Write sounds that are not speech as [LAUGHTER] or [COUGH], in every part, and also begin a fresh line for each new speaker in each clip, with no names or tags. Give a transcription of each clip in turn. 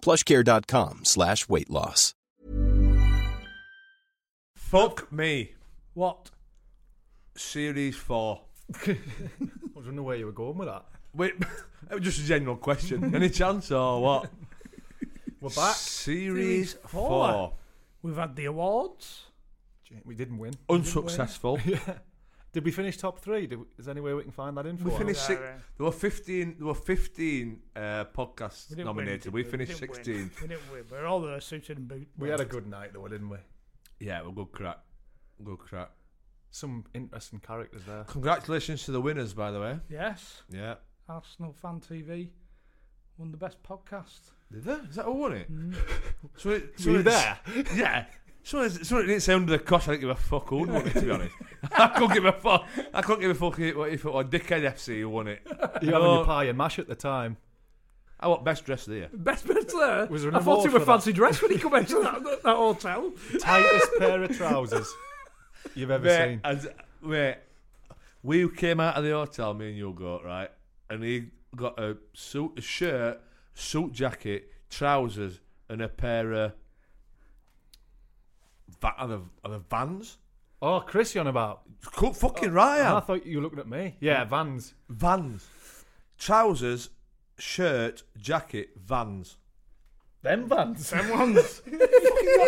Plushcare.com slash weight loss.
Fuck me.
What?
Series four.
I was wondering where you were going with that.
Wait, [LAUGHS] it was just a general question. [LAUGHS] Any chance or what?
We're back. Series
Series
four.
four.
We've had the awards.
Gee, We didn't win.
Unsuccessful.
Did we finish top three? Did we, is there any way we can find that info?
We
out?
finished six.
right.
There were fifteen. There were fifteen uh, podcasts
We didn't win,
nominated.
did
we
We
finished
didn't win.
sixteen.
We didn't win. We're all there suited and booted.
We had a good night though, didn't we?
yeah, well, good crack. Good crack.
Some interesting characters there.
Congratulations to the winners, by the way.
Yes,
Yeah.
Arsenal Fan TV won the best podcast.
Did they? Is that who won it? [LAUGHS] So, it, so
Mm. Were you
it's- [LAUGHS] Yeah. So, it's- so it didn't sound under the cosh. I didn't give a fuck who won it. To
[LAUGHS]
be honest, [LAUGHS] I couldn't give a fuck. I couldn't give a fuck if if it was Dickhead FC who won it.
[LAUGHS] You having your pie and mash at the time.
I want best dressed there.
Best bits there. [LAUGHS]
Was there an
I thought
award
you were
for that?
fancy dressed when he come into that, that, that
[LAUGHS]
hotel.
Tightest pair of trousers you've ever
Mate,
seen.
as, mate, we came out of the hotel, me and you got right, and he got a suit, a shirt, suit jacket, trousers, and a pair of va- are the, are the vans.
Oh, Chris, you on about?
Cook fucking right,
I
Al.
thought you were looking at me. Yeah, Vans.
vans, trousers, shirt, jacket, vans.
Them Vans.
Them
[LAUGHS]
ones.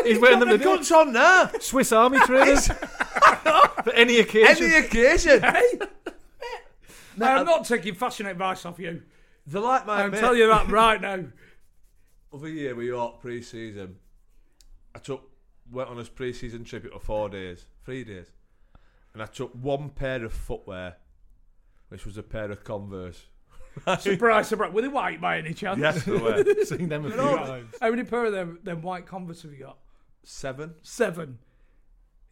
He's wearing them
The
today.
guns on there.
Swiss Army [LAUGHS] trainers. For any occasion.
[LAUGHS] Any
[LAUGHS]
occasion.
I'm not taking fashion advice off you.
They're like my
I'm
mate.
telling you that right now.
[LAUGHS] Other year we York pre-season, I took went on this pre-season trip. It was four days, three days, and I took one pair of footwear, which was a pair of Converse.
Surprise, surprise. Were they white by any chance?
Yes, they
[LAUGHS]
were
seen them a few times.
How many pair of them, them white Converse have you got?
seven.
Seven.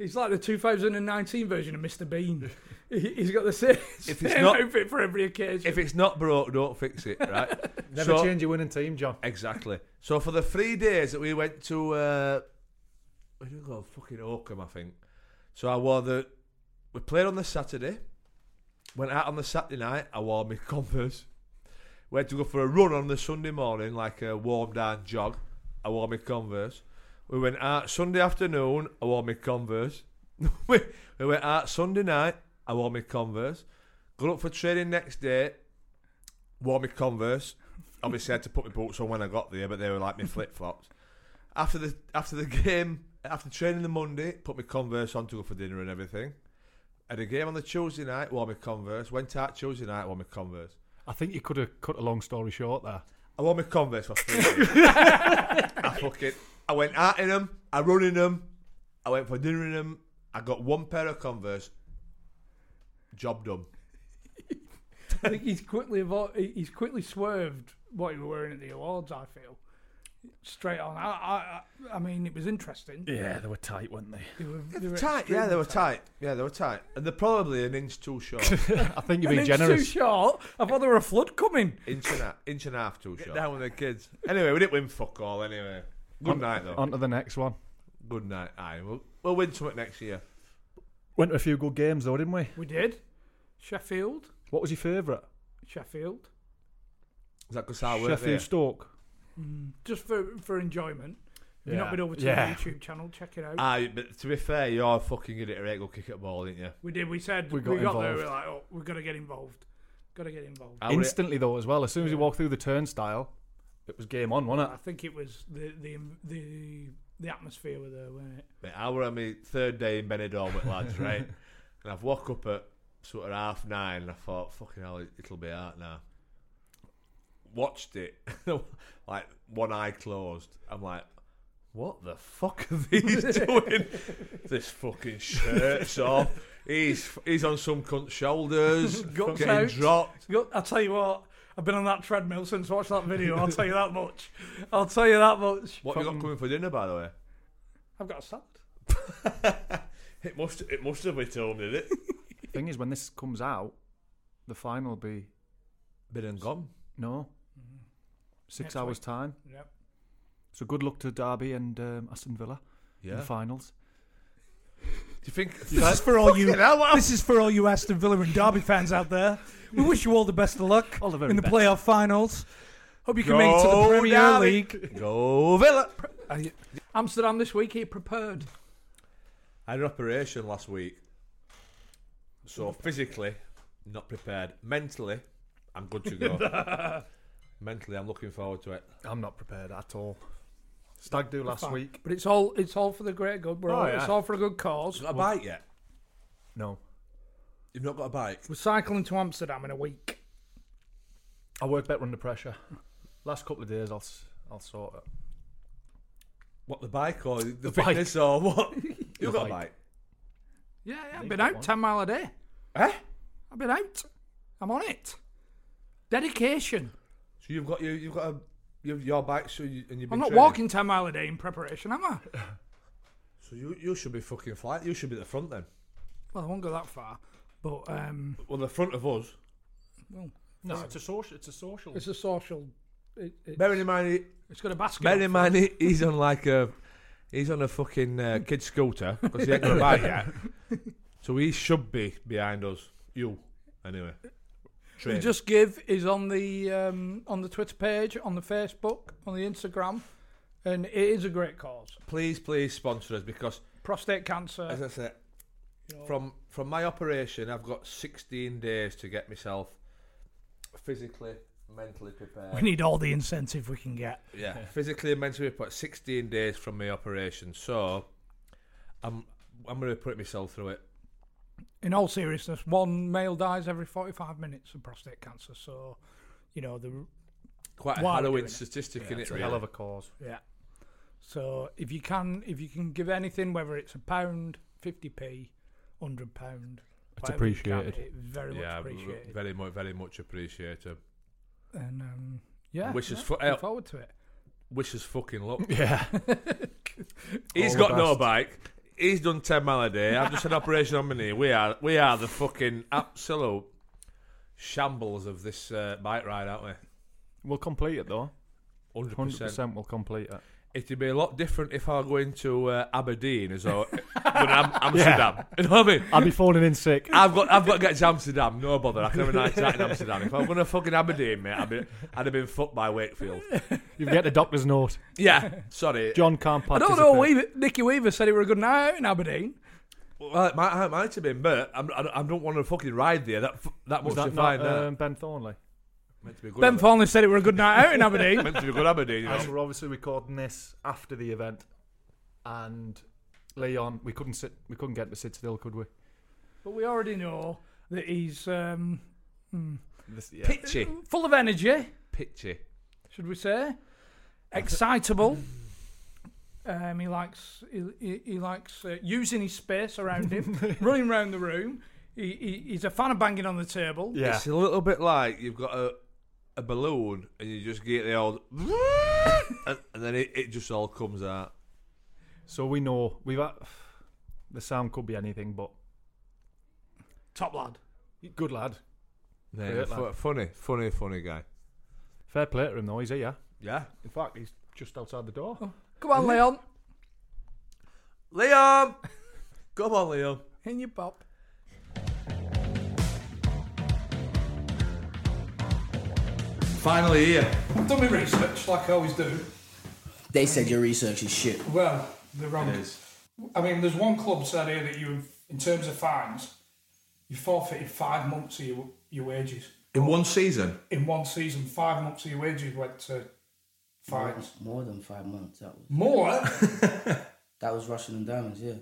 It's like the 2019 version of Mr. Bean. He- He's got the same,
it's
same
not-
outfit for every occasion.
If it's not broke, don't fix it.
[LAUGHS]
Right?
Never
So-
change your winning team, John.
Exactly. So for the three days that we went to, uh, we didn't go fucking Oakham, I think. So I wore the. We played on the Saturday. Went out on the Saturday night. I wore my [LAUGHS] Converse. Went to go for a run on the Sunday morning, like a warm down jog. I wore my Converse. We went out Sunday afternoon. I wore my Converse. [LAUGHS] we we went out Sunday night. I wore my Converse. Got up for training next day. Wore my Converse obviously I had to put my boots on when I got there, but they were like my flip flops. After the after the game, after training the Monday, put my Converse on to go for dinner and everything. Had a game on the Tuesday night, wore my Converse. Went out Tuesday night, wore my Converse.
I think you could have cut a long story short there.
I wore my Converse for three days. I fucking, I went out in them, I run in them, I went for dinner in them. I got one pair of Converse. Job done.
I think he's quickly evo- he- he's quickly swerved what he was wearing at the awards. I feel straight on. I I, I- I mean, it was interesting.
Yeah, they were tight, weren't they?
They were, they were
Tight, yeah, they were tight. Yeah, they were tight, and they're probably an inch too short,
I think you're
And
being
it's too
generous.
short. I thought there were a flood coming.
inch and a, inch and a half too short. Down with the kids. Anyway, we didn't win fuck all. Anyway, good night though.
On to the next one.
Good night. Aye, we'll, we'll win something next year.
Went to a few good games though, didn't we?
We did. Sheffield,
What was your favourite?
Sheffield,
Is that because I work
Sheffield
there?
Stoke.
just for for enjoyment. If You've not
Yeah.
been over to
Yeah.
the YouTube channel. Check it out.
Aye, but to be fair, you're fucking good at a regular kick at ball, ain't you?
we did. We said
We
we
got
got, there. We
involved.
were like, oh, we've got to get involved. Got to get involved.
I would-
Instantly though, as well. As soon as you walked through the turnstile, it was game on, wasn't
I think it was the the the the the atmosphere were there, weren't it?
Mate, I were on my third day in Benidorm with [LAUGHS] lads, right? and I've woke up at sort of half nine and I thought, fucking hell, it- it'll be out now. Watched it, [LAUGHS] like one eye closed. I'm like, what the fuck are [LAUGHS] these doing? this fucking shirt's off. He's he's on some cunt's [LAUGHS] shoulders,
Guts
getting
out.
dropped.
Go- I'll tell you what, I've been on that treadmill since I watched that video. I'll tell you that much. I'll tell you that much.
What have you got
Fucking-
coming for dinner, by the way?
I've got a salad.
It must it must have been home, did it?
Thing is, when this comes out, the final will be
Been and gone.
no six
Mm-hmm. Next
hours
week.
time.
Yep.
So good luck to Derby and um, Aston Villa in
Yeah.
the finals.
Do you think
This is for all you.
Fucking hell, what
This is for all you Aston Villa and Derby fans out there. We wish you all the best of luck
All the very
in the
best.
playoff finals. Hope you can make it to the
Go
Premier
Derby.
League.
Go Villa.
Amsterdam this week, he prepared.
I had an operation last week, so physically not prepared. Mentally, I'm good to go. [LAUGHS] Mentally, I'm looking forward to it.
I'm not prepared at all. Stag do last
Fine.
week.
But it's all it's all for the great good, bro.
Oh,
It's
yeah.
all for a good cause.
Got a bike yet?
No,
You've not got a bike.
We're cycling to Amsterdam in a week.
I work better under pressure. Last couple of days, I'll s- I'll sort it.
What the bike or the,
bike.
fitness or what? [LAUGHS] You've got a
bike.
bike.
Yeah, yeah I've been out 10 mile a day.
Eh?
I've been out. I'm on it. Dedication.
So you've got you you've got a you've, your bike. So you, and you've been
I'm not
training.
walking 10 mile a day in preparation, am I?
So you you should be fucking flying. You should be at the front then.
Well, I won't go that far. But um,
Well, the front of us.
well,
No, it's a social. It's a social.
it's a social. It, it's,
Bearing in mind, he-
it's got a basket.
bearing in
on
mind he- he's on like a he's on a fucking uh, kid scooter because he ain't got a bike yet. [LAUGHS] So he should be behind us. You anyway.
it.
Train.
Just give is on the um, on the Twitter page, on the Facebook, on the Instagram, and it is a great cause.
please, please sponsor us because
Prostate cancer.
as I said, from from my operation, I've got 16 days to get myself physically, mentally prepared.
We need all the incentive we can get.
yeah,
[LAUGHS]
physically and mentally put 16 days from my operation. So I'm I'm going to put myself through it.
in all seriousness, one male dies every 45 minutes of prostate cancer. So, you know, the
Quite a
While doing
harrowing
it.
statistic
Yeah,
in it.
it's a
Really.
hell of a cause.
yeah. So if you can, if you can give anything, whether it's a pound, 50p, hundred pound, it's
appreciated.
it's very much
yeah,
appreciated.
very much, very much appreciated.
and um, yeah,
Wish us
yeah,
fu-
looking
uh,
forward to it.
Wish us fucking luck.
[LAUGHS] Yeah.
[LAUGHS] He's
All the
got no
best.
bike. He's done ten mile a day. I've just had an operation on my knee. We are we are the fucking absolute shambles of this uh, bike ride, aren't we?
We'll complete it though.
Hundred
Hundred
percent.
percent. We'll complete it.
It'd be a lot different if I were going to uh, Aberdeen as [LAUGHS] or than
[LAUGHS]
Am- Amsterdam. You know what I mean?
I'll be phoning in [LAUGHS] sick.
I've got I've got to get to Amsterdam. No bother. I can have a night out in Amsterdam. If I'm going to fucking Aberdeen, mate, I'd, be, I'd have been fucked by Wakefield.
You get the doctor's note.
Yeah, sorry.
John can't
I
participate.
don't know. Weaver, Nicky Weaver said it were a good night out in Aberdeen.
Well, it might, it might have been, but I'm, I don't- I don't want to fucking ride there. That f- that much
Was
to
that not
find that.
um, Ben Thornley?
meant to be good.
ben
Aberdeen.
Thornley said it were a good night out in Aberdeen.
meant to be good [LAUGHS] Aberdeen. You know?
As we're obviously recording this after the event, and Leon, we couldn't sit, we couldn't get to sit still, could we?
[LAUGHS] but we already know that he's um,
This, yeah.
Pitchy,
full of energy.
pitchy.
should we say, excitable. Um, he likes he, he, he likes uh, using his space around him, running around the room. He, he, he's a fan of banging on the table.
yeah.
It's a little bit like you've got a a balloon and you just get the old, [LAUGHS] and, and then it, it just all comes out.
So we know we've had, the sound could be anything, but
Top lad.
good lad.
Yeah,
Great
fu-
lad.
funny, funny, funny guy.
Fair play to him though. He's here.
Yeah,
In fact, he's just outside the door.
Come on, Leon.
Liam, [LAUGHS] come on, Liam.
In your pop.
Finally here.
I've done my research like I always do.
They said your research is shit.
Well, they're wrong. I mean, there's one club said here that you, in terms of fines, you forfeited five months of your, your wages.
In one season,
In one season, five months of your wages went to fines.
More than five months. That was.
More?
That was Russian and Diamonds, yeah.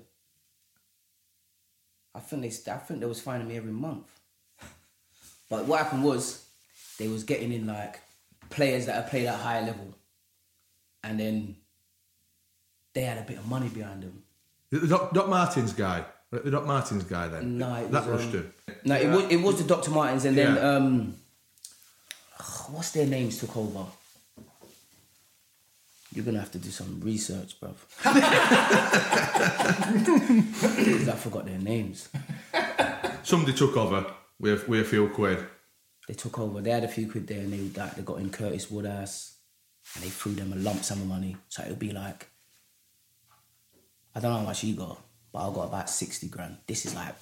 I think they, st- I think they was finding me every month. [LAUGHS] But what happened was, they was getting in like players that had played at higher level, and then they had a bit of money behind them.
The Doc, Doc Martins guy. The Doc Martins guy then.
No, it
that
was,
rushed
um,
him.
No, it, was, it was the Dr. Martins, and then
Yeah.
um, [SIGHS] what's their names took over. You're gonna have to do some research, bruv. [LAUGHS] 'Cause I forgot their names.
Somebody took over with with a few quid.
They took over. They had a few quid there, and they like they got in Curtis Woodhouse, and they threw them a lump sum of money. So it'll be like, I don't know how much you got, but I got about sixty grand. This is like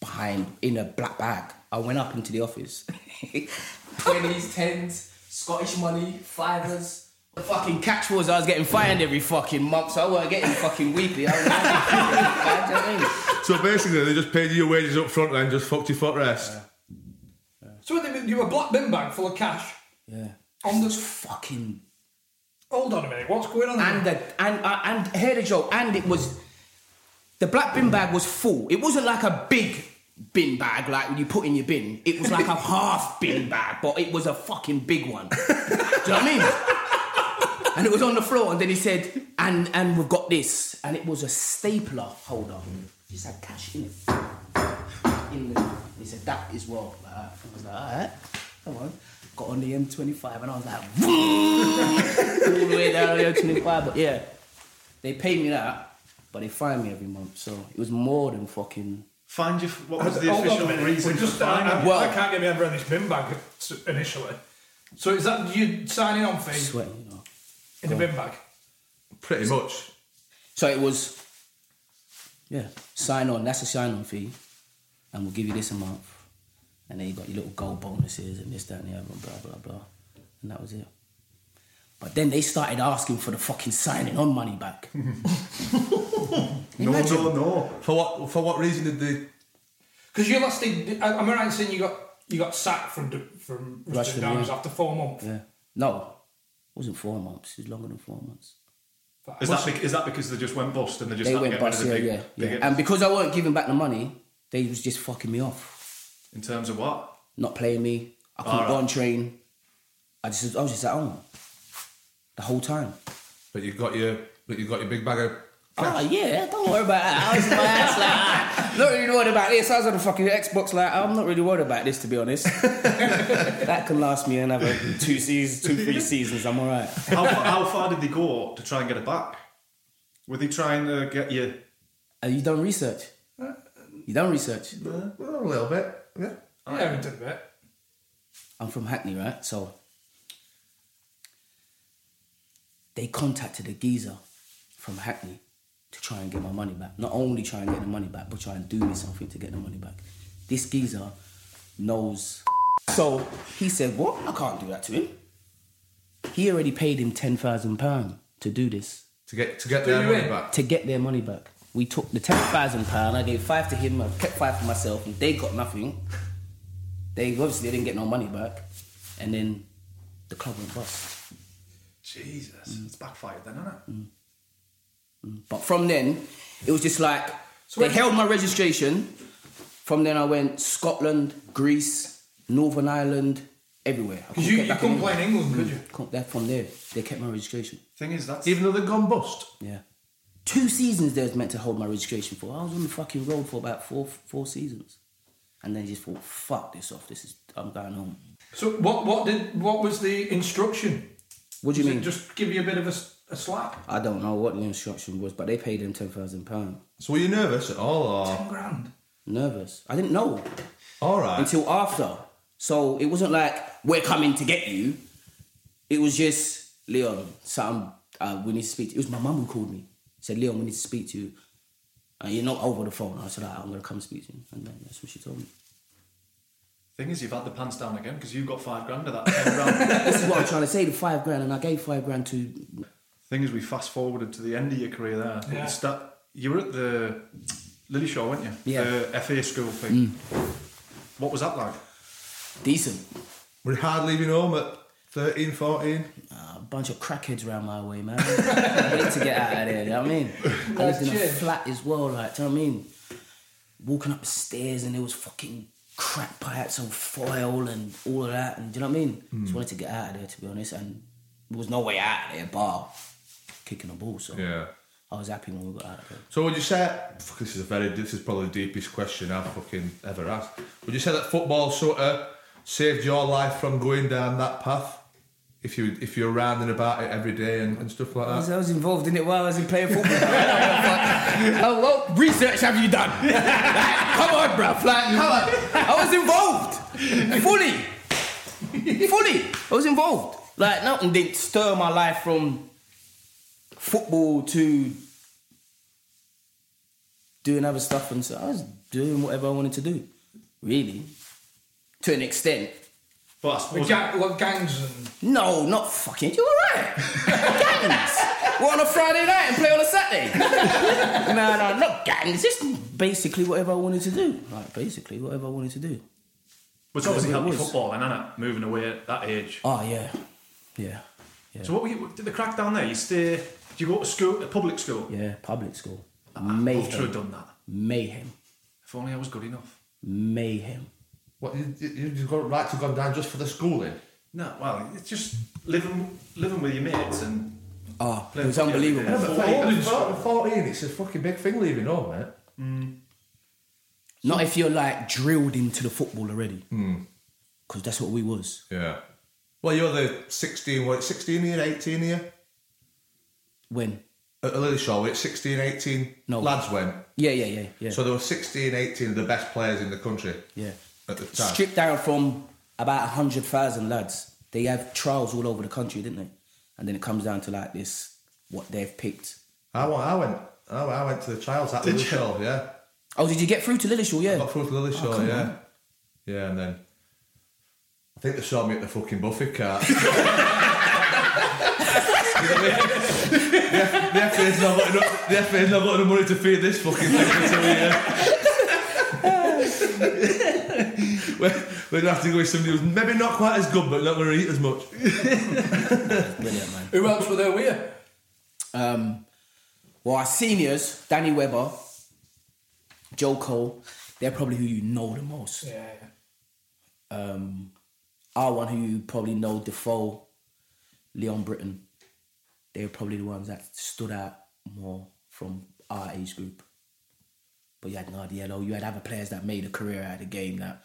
behind in a black bag. I went up into the office. [LAUGHS] Twenties, tens, Scottish money, fivers. The fucking catch was I was getting fined every fucking month, so I weren't getting fucking weekly. I was like, [LAUGHS] do you know what I mean?
So basically, they just paid you your wages up front, then just fucked your footrest. rest.
So they- you were a black bin bag full of cash.
Yeah.
On the-
Just fucking
Hold on a minute, what's going on?
and the, and uh, and hear the joke. And it was the black bin bag was full. It wasn't like a big bin bag like when you put in your bin. It was like a half bin bag, but it was a fucking big one. Do you know what I mean? And it was on the floor. And then he said, "And and we've got this." And it was a stapler holder. Just had cash in it. In the, he said, "That is well." Like, that. I was like, "All right, come on." Got on the M25 and I was like, all the way down there, 25. But yeah, they paid me that, but they fined me every month. So it was more than fucking.
Find your. What was the
Hold on a
official
minute,
reason?
we just uh,
for
I,
finding
I,
him?
I can't get my head around this bin bag s- initially. So is that you signing on fee
Sweat, you know.
in the bin bag?
Pretty much.
So it was, yeah, sign on. That's a sign on fee. And we'll give you this a month. And then you got your little goal bonuses and this, that, and the other, and blah, blah, blah. And that was it. But then they started asking for the fucking signing on money
[LAUGHS]
back.
No, no, no.
For what? For what reason did they?
Because you lasted. I- Am I right in saying you got you got sacked from Du- from Rushden
Rushden,
Diamonds
yeah.
after four months?
yeah. No, it wasn't four months. It was longer than four months.
Is that, bec- is that because they just went bust and they just
They
had to
went
get rid of
bust,
the
yeah,
big,
yeah, yeah.
big-
And because I weren't giving back the money, they was just fucking me off,
in terms of what?
not playing me. I couldn't
Alright.
go on train. I just, I was just at home the whole time.
But you got your. But you got your big bag of.
Oh yeah, don't worry about that. I was in my ass like, ah, not really worried about this. I was on the fucking Xbox like, I'm not really worried about this to be honest. that can last me another two seasons, two three seasons. I'm all right.
How, fa- how far did they go to try and get it back? Were they trying to get you?
Have Uh, you done research? You done research?
Well, a little bit. Yeah.
Yeah, we did a bit.
I'm from Hackney, right? So they contacted a geezer from Hackney to try and get my money back. Not only try and get the money back, but try and do me something to get the money back. This geezer knows. [LAUGHS] So he said, What? I can't do that to him. He already paid him £10,000 to do this,
To get to get their money
in?
back.
to get their money back. We took the £10,000, I gave five to him, I kept five for myself, and they got nothing. They obviously didn't get no money back. And then the club went bust.
Jesus, it's backfired then, isn't it?
But from then, it was just like they held my registration. From then, I went Scotland, Greece, Northern Ireland, everywhere. I
Because you,
get
you
back
couldn't play in England, could you?
Couldn't- that- From there, they kept my registration.
Thing is, that's
Even though they'd gone bust.
Yeah, two seasons they was meant to hold my registration for. I was on the fucking road for about four four seasons, and then just thought, fuck this off. This is I'm going home.
So what what did what was the instruction?
What do you
Was it
mean?
Just give you a bit of a, s- a slap.
I don't know what the instruction was, but they paid them ten thousand pound.
So were you nervous at all? Or
Ten grand.
Nervous. I didn't know.
all right.
until after. So it wasn't like we're coming to get you. It was just Leon. Something uh, we need to speak. To. It was my mum who called me. Said Leon, we need to speak to you. And you're not over the phone. I said, "Alright, I'm gonna come speak to you. And then that's what she told me.
thing is, you've had the pants down again because you've got five grand of that. Ten
[LAUGHS]
grand.
This is what I'm trying to say. The five grand, and I gave five grand to.
thing is, we fast forwarded to the end of your career there. But
Yeah.
You, start, you were at the Lily Shaw, weren't you?
Yeah. Mm.
The FA school thing. What was that like?
Decent.
Were you hard leaving home at
13, 14.
Uh, A bunch of crackheads round my way, man. Wait to get out of there, you know what I mean? I lived in a
Cheers.
flat as well, like, do you know what I mean? Walking up the stairs and there was fucking crap pipes and foil and all of that, and do you know what I mean? Just
Mm.
wanted to get out of there, to be honest, and there was no way out of there, bar kicking a ball, so
Yeah.
I was happy when we got out of there.
So would you say? Fuck, this is a very. This is probably the deepest question I've fucking ever asked. Would you say that football sort of saved your life from going down that path? If you if you're rounding about it every day and, and stuff like
I was,
that.
I was involved in it while I was in playing football. [LAUGHS] How what research have you [LAUGHS] done? Like, come on, bruv. Like, come on. I was involved. Fully. Fully. I was involved. Like, nothing did stir my life from football to doing other stuff. And so I was doing whatever I wanted to do, really, to an extent.
But I suppose- Ga- what, gangs and.
No, not fucking. You're right.
[LAUGHS]
gangs. We're on a Friday night and play on a Saturday. no,
[LAUGHS]
no, not gangs. Just basically whatever I wanted to do. Like basically whatever I wanted to do.
Which obviously
Whatever
helped
it
you
was.
football, and it moving away at that age.
Oh yeah, yeah.
So what were you? Did the crack down there? You stay? Do you go to school? To public school?
Yeah, public school. Mayhem.
I'd have done that.
Mayhem.
Ah, If only I was good enough.
Mayhem.
What you you you've got right to gone down just for the schooling?
No, well, it's just living living with your mates and.
Oh,
it was unbelievable.
Yeah, but
Fourteen.
14, 14, 14, it's a fucking big thing leaving home, mate.
Not if you're like drilled into the football already.
Hmm.
Because that's what we was.
Yeah. Well, you're the 16, what, 16 year, 18 year?
When?
At the Lily Show, it's 16, 18
No.
lads went.
Yeah, yeah, yeah, yeah.
So there were 16, 18 of the best players in the country
Yeah.
at the time.
Stripped down from about 100,000 lads. They have trials all over the country, didn't they? And then it comes down to like this, what they've picked.
I went, I went, I went- I went to the trials at
Did
Lily
you?
Show, yeah.
Oh, did you get through to Lillishall? Yeah. Oh,
got through to Lillishall,
come
yeah.
on.
Yeah, and then I think they saw me at the fucking
[LAUGHS]
buffet cart. You know what I mean? The F- the FA's not got enough- the FA's not got enough money to feed this fucking thing until
[LAUGHS]
we, uh, we're, we're gonna have to go with somebody who's maybe not quite as good, but not gonna eat as much.
Brilliant, man.
Who else were there with you?
Um, well, our seniors, Danny Webber, Joe Cole, they're probably who you know the most.
Yeah.
Um, our one who you probably know, Defoe, Leon Britton, they were probably the ones that stood out more from our age group. But you had Nardiello, you had other players that made a career out of the game. That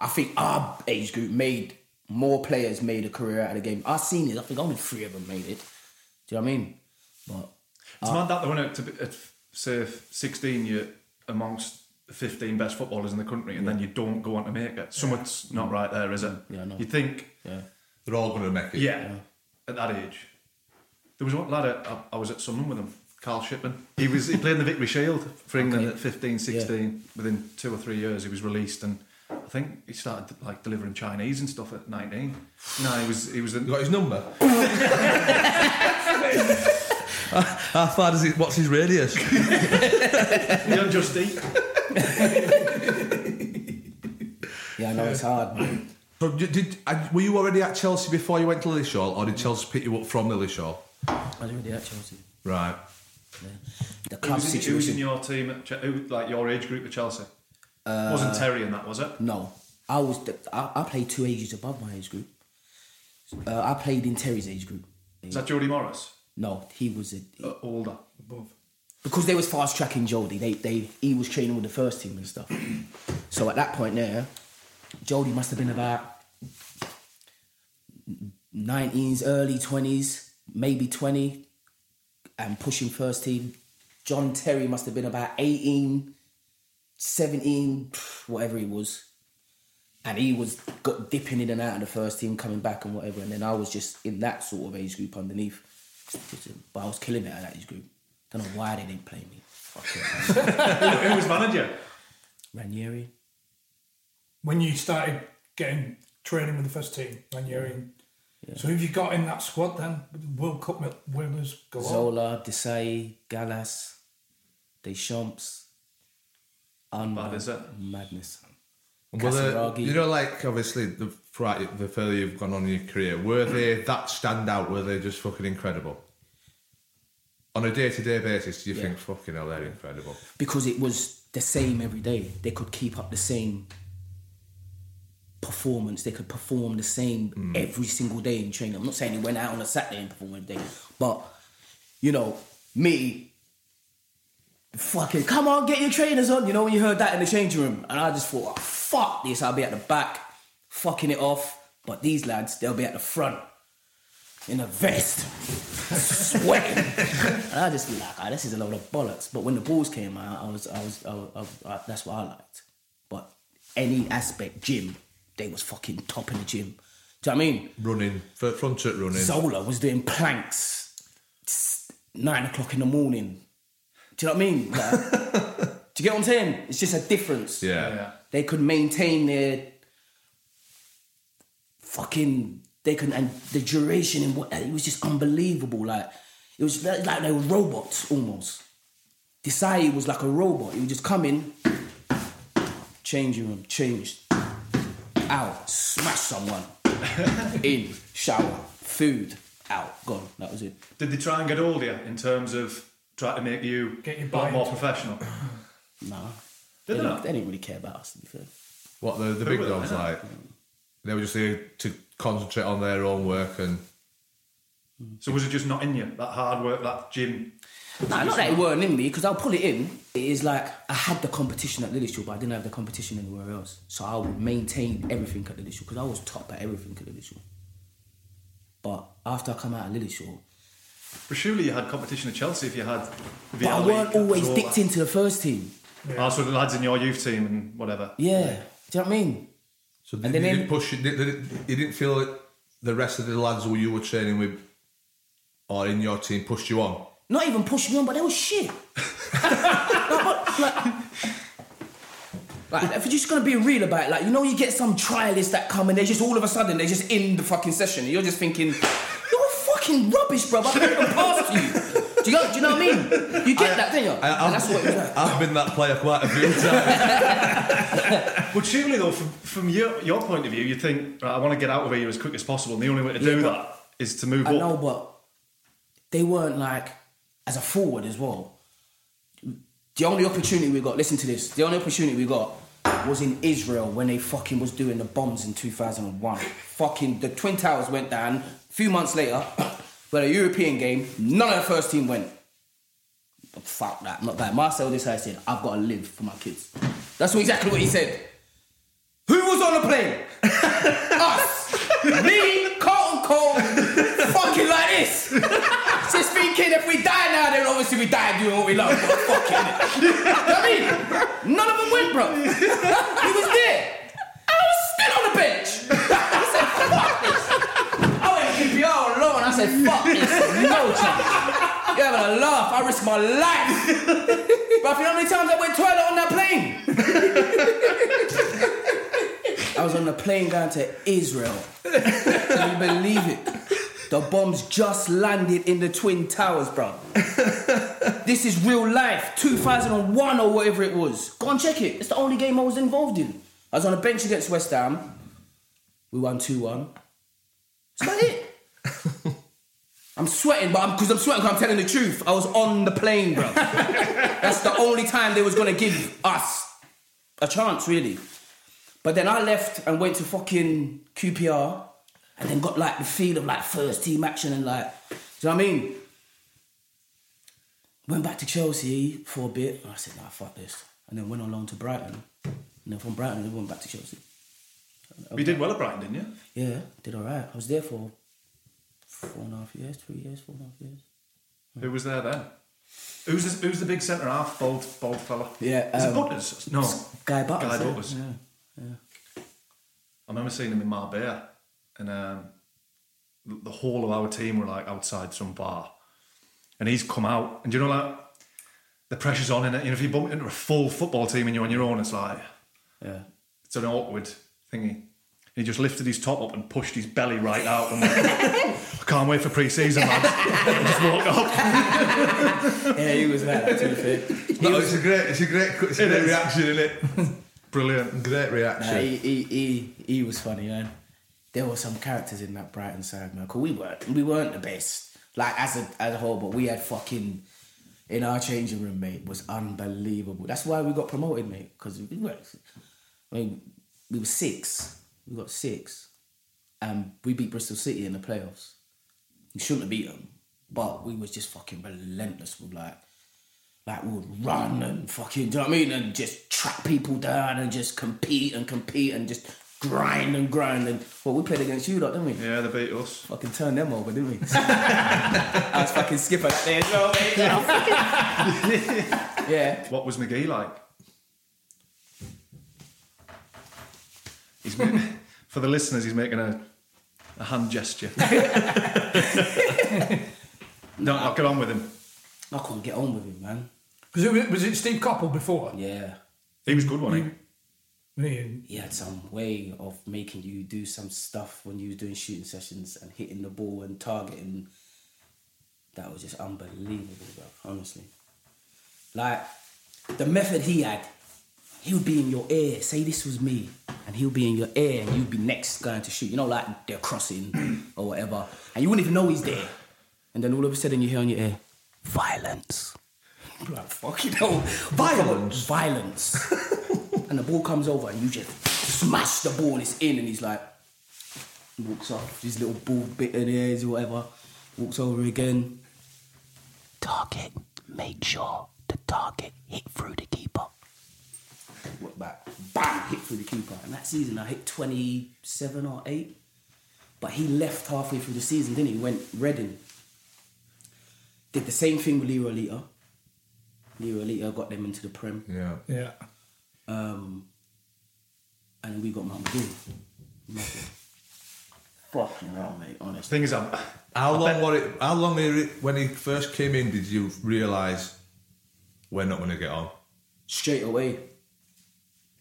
I think our age group made more players made a career out of the game. Our seniors, I think only three of them made it. Do you know what I mean? But
It's mad that they went out to be, at say sixteen. You're amongst the fifteen best footballers in the country, and then you don't go on to make it. Something's not right there, is it? Yeah,
no.
You think
yeah.
They're all gonna make it.
Yeah, at that age. There was one lad, at, I, I was at Sunderland with him, Carl Shipman. He was he played in the Victory Shield for England at 15, 16. Within two or three years, he was released, and I think he started like delivering Chinese and stuff at 19. No, he was he was in, [LAUGHS]
got
[LAUGHS]
his number. How far does it? What's his radius?
He'll just eat.
Yeah, I know it's hard, man.
So did, did uh, were you already at Chelsea before you went to Lillishall, or did Chelsea pick you up from Lillishall?
I was already at Chelsea.
Right.
The
Who
club
was, in, who was in
situation.
your team, at, Che- who, like your age group at Chelsea?
Uh,
Wasn't Terry in that, was it?
No, I was. The, I, I played two ages above my age group. Uh, I played in Terry's age group.
Is that Jody Morris?
No, he was a,
Uh, older, above.
because they was fast tracking Jody. They they he was training with the first team and stuff. [CLEARS THROAT] so at that point there, Jody must have been about nineteens, early twenties, maybe twenty, and pushing first team. John Terry must have been about 18, 17, pff, whatever he was. And he was got dipping in and out of the first team, coming back and whatever. And then I was just in that sort of age group underneath. Just, uh, But I was killing it at that age group. Don't know why they didn't play me. Fuck it.
who, who was manager?
Ranieri.
When you started getting training with the first team, Ranieri. and So who have you got in that squad then? World Cup mi- winners go on.
Zola, Desai, Gallas, Deschamps. Unbad,
is it?
Madness.
Well, uh,
Casaraghi.
you know, like obviously the fri- the further you've gone on in your career, were they that standout? Were they just fucking incredible? On a day to day basis, do you
Yeah.
think fucking hell they're incredible?
because it was the same every day. They could keep up the same performance. They could perform the same every single day in training. I'm not saying they went out on a Saturday and performed every day, but you know, me, fucking come on, get your trainers on. You know when you heard that in the changing room, and I just thought, oh, fuck this. I'll be at the back, fucking it off. But these lads, they'll be at the front. In a vest, [LAUGHS] sweating, and I just be like, ah, this is a load of bollocks. But when the balls came out, I was, I was, I was, I was I, that's what I liked. But any aspect, gym, they was fucking top in the gym. Do you know what I mean?
Running, fr- front foot running.
Zola was doing planks s- nine o'clock in the morning. Do you know what I mean? Like, do you get what I'm saying? It's just a difference.
Yeah. Yeah.
They could maintain their fucking they can and the duration and what uh, it was just unbelievable. Like it was like like they were robots almost. Desai was like a robot. He would just come in, changing room, changed, out, smash someone, in, shower, food, out, gone. That was it.
Did they try and get older in terms of trying to make you get
your
a lot
buy-in
more
to it?
professional?
Nah.
Did they
they,
not?
didn't, they didn't really care about us, to be fair.
What the the
Who
big
were they?
dogs like? They were just there to concentrate on their own work and.
So was it just not in you that hard work, that gym?
No, not that it weren't in me, because I'll pull it in. It is like I had the competition at Lillishall, but I didn't have the competition anywhere else. So I would maintain everything at Lillishall, because I was top at everything at Lillishall. But after I come out of Lillishall,
But surely you had competition at Chelsea if you had.
but I weren't always dipped into the first team.
Ah, so the lads in your youth team and whatever.
Yeah. Do you know what I mean?
So
And
and
then
you
in-
didn't push. You didn't, you didn't feel that the rest of the lads who you were training with, or in your team, pushed you on.
Not even pushing me on, but they were shit. [LAUGHS] Like, if you're just gonna be real about it, like you know, you get some trialists that come and they're just all of a sudden they're just in the fucking session, and you're just thinking, you're fucking rubbish, bro. I can't even pass you. Do you, know, do you know what I mean? You get that, don't you?
I,
and that's what it was like.
I've been that player quite a
[LAUGHS]
few times.
But surely, though, from, from your, your point of view, you think, right, I want to get out of here as quick as possible. And the only way to
Yeah,
do
but-
that is to move
I
up.
know, but they weren't like as a forward as well. The only opportunity we got, listen to this, the only opportunity we got was in Israel when they fucking was doing the bombs in 2001. fucking the Twin Towers went down. A few months later, [COUGHS] but a European game, none of the first team went. Fuck that, not that. Marcel Desai said, I've got to live for my kids. That's exactly what he said. Who was on the plane? Us. Me, Carlton Cole, fucking like this. Just thinking if we die now, then obviously we die doing what we love. But fucking it. You know what I mean? None of them went, bro. he was there. I was still on the bench. I said, fuck this. I went to PPR alone. I said, fuck this. No chance. You're having a laugh. I risked my life. But you know how many times I went toilet on that plane? I was on the plane going to Israel. Can you believe it? The bombs just landed in the Twin Towers, bro. this is real life, 2001 or whatever it was. Go and check it. It's the only game I was involved in. I was on a bench against West Ham. We won 2 1. That's about it. I'm sweating, but I'm because I'm sweating 'cause I'm telling the truth. I was on the plane, bro. That's the only time they was gonna give us a chance, really. But then I left and went to fucking QPR and then got like the feel of like first team action and like, do you know what I mean? Went back to Chelsea for a bit and I said, nah, fuck this. And then went on loan to Brighton. And then from Brighton, I went back to Chelsea.
You did well at Brighton, didn't you?
Yeah, did all right. I was there for four and a half years, three years, four and a half years.
Who was there then? Who's the, who's the big centre half, bald, bald fella?
Yeah,
Is
um,
it Butters? No.
Guy Butters,
Guy
yeah,
Butters.
yeah, yeah.
I remember seeing him in Marbella, and um, the the whole of our team were like outside some bar, and he's come out, and you know like the pressure's on, and you know if you bump into a full football team and you're on your own, it's like
yeah,
it's an awkward thingy. And he just lifted his top up and pushed his belly right out.
[LAUGHS]
And went, I can't wait for pre-season, man. [LAUGHS] And just walked off.
yeah, he was like that, to be fair.
[LAUGHS]
No, it's a great, it's a great, it's a
It
great
is.
reaction, isn't it?
[LAUGHS] Brilliant.
Great reaction.
Nah, he, he, he, he was funny, man. There were some characters in that Brighton side, man. Cause we weren't we weren't the best, like as a as a whole. But we had fucking in our changing room, mate, was unbelievable. That's why we got promoted, mate. Cause we were, I mean, we were six. We got six, and we beat Bristol City in the playoffs. We shouldn't have beat them, but we was just fucking relentless with like like we would run and fucking, do you know what I mean? And just track people down and just compete and compete and just grind and grind. And well, we played against you lot, didn't we?
Yeah, they beat us.
Fucking turn them over, didn't we? I was fucking skipper that day as well, mate. yeah.
What was McGee like? He's ma- [LAUGHS] for the listeners, he's making a, a hand gesture. [LAUGHS] no, I'll get on with him.
I couldn't get on with him, man.
Was it, was it Steve Coppell before?
Yeah.
He was good, wasn't
he? Me
He had some way of making you do some stuff when you was doing shooting sessions and hitting the ball and targeting. That was just unbelievable, bro. Honestly, like the method he had, he would be in your ear. Say this was me, and he'll be in your ear, and you'd be next going to shoot. You know, like they're crossing or whatever, and you wouldn't even know he's there. And then all of a sudden, you hear on your ear, violence. I'm Like, fucking hell, violence, violence. and the ball comes over, and you just smash the ball, and it's in, and he's like, walks up, his little ball bit in the ears or whatever, walks over again. Target, make sure the target hit through the keeper. What back, bam, hit through the keeper. And that season I hit 27 or 8. But he left halfway through the season, didn't he? Went Reading. Did the same thing with Leroy Lita. Leroy Lita got them into the Prem.
Yeah.
Yeah.
Um, and we got Mount Dean. Fucking hell, mate, honestly.
Thing is, I'm,
How long were it? How long were it- when he first came in? Did you realise we're not going to get on?
straight away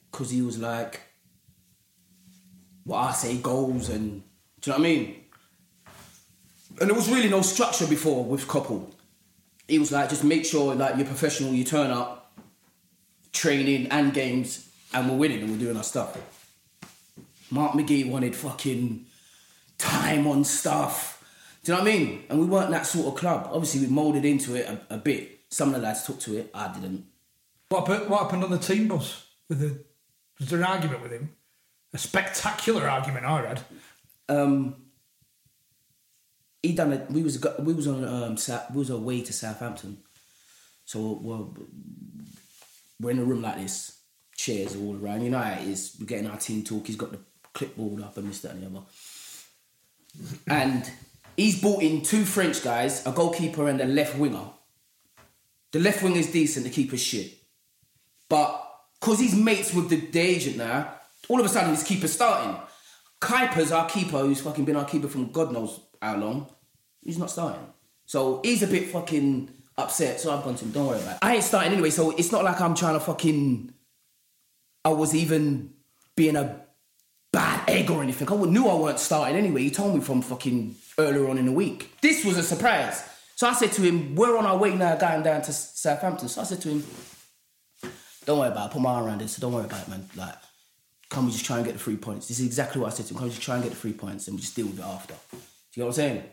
because he was like, what I say, goals and do you know what I mean? And there was really no structure before with couple. He was like, just make sure like you're professional, you turn up, training and games, and we're winning and we're doing our stuff. Mark McGee wanted fucking time on stuff. Do you know what I mean? And we weren't that sort of club. Obviously, we moulded into it a, a bit. Some of the lads took to it. I didn't.
What happened, what happened on the team bus? With the, was there an argument with him? A spectacular argument I had.
Um, he done it. We was go- we was on um Sa- we was away to Southampton, so we're, we're in a room like this, chairs all around. You know how it is. We're getting our team talk. He's got the clipboard up and this that and the other, and he's brought in two French guys, a goalkeeper and a left winger. The left winger's decent, the keeper's shit, but because he's mates with the, the agent now, all of a sudden his keeper's starting. Kuiper's our keeper, who's fucking been our keeper from God knows how long. He's not starting. So he's a bit fucking upset. So I've gone to him, don't worry about it. I ain't starting anyway, so it's not like I'm trying to fucking. I was even being a bad egg or anything. I knew I weren't starting anyway. He told me from fucking earlier on in the week. This was a surprise. So I said to him, We're on our way now going down to S- Southampton. So I said to him, Don't worry about it. I put my arm around it. So don't worry about it, man. Like, can we just try and get the three points? This is exactly what I said to him. Can we just try and get the three points and we just deal with it after? Do you know what I'm saying?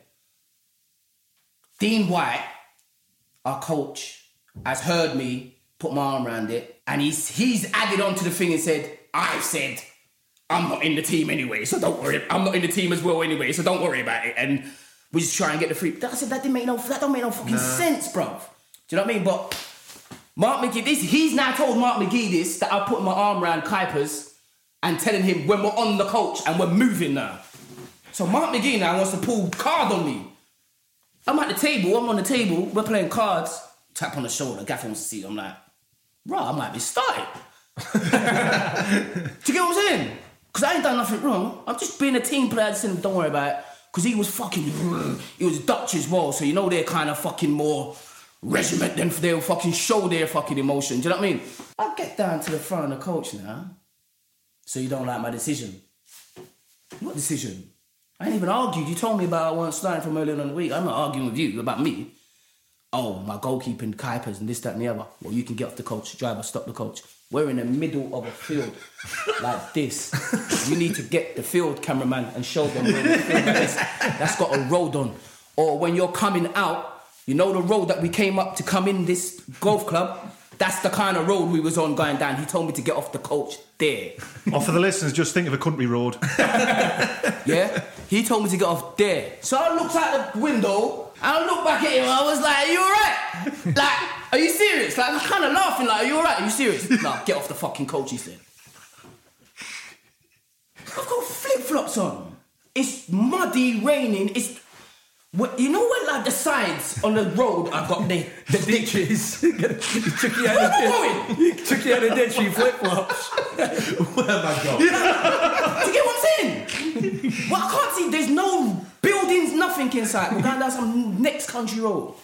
Dean White, our coach, has heard me put my arm around it and he's he's added on to the thing and said, I've said I'm not in the team anyway, so don't worry. I'm not in the team as well anyway, so don't worry about it. And we just try and get the three. I said that didn't make no that don't make no fucking sense, bruv. Do you know what I mean? But Mark McGee, this he's now told Mark McGee this that I put my arm around Kuipers and telling him when we're on the coach and we're moving now. So Mark McGee now wants to pull card on me. I'm at the table, I'm on the table, we're playing cards. Tap on the shoulder, Gaffer wants to see. I'm like, bro, I might be starting. Do you get what I'm saying? Because I ain't done nothing wrong. I'm just being a team player. I just said, don't worry about it. Because he was fucking, he was Dutch as well. So you know they're kind of fucking more regiment than they'll fucking show their fucking emotion. Do you know what I mean? I'll get down to the front of the coach now. So you don't like my decision. What decision? I ain't even argued. You told me about I wasn't starting from earlier on in the week. I'm not arguing with you about me. oh, my goalkeeping, Kuipers, and this, that, and the other. Well, you can get off the coach, driver, stop the coach. We're in the middle of a field like this. You need to get the field cameraman and show them where the field is. That's got a road on. Or when you're coming out, you know the road that we came up to come in this golf club? That's the kind of road we was on going down. He told me to get off the coach there.
Or Oh, for the listeners, just think of a country road.
yeah? He told me to get off there. So I looked out the window, I looked back at him, I was like, Are you alright? like, are you serious? Like, I was kind of laughing, like, Are you alright? Are you serious? no, get off the fucking coach, he said. I've got flip flops on. It's muddy, raining, it's. What, you know when like the signs on the road I've got the, the
[LAUGHS]
ditches? you took you
out of
[LAUGHS] Where am I
[LAUGHS]
ditch.
going?
You took you out of ditch, you flip flops.
Where have I
Do you get what I'm saying? Well, I can't see. There's no buildings, nothing inside. We're going down some next country road.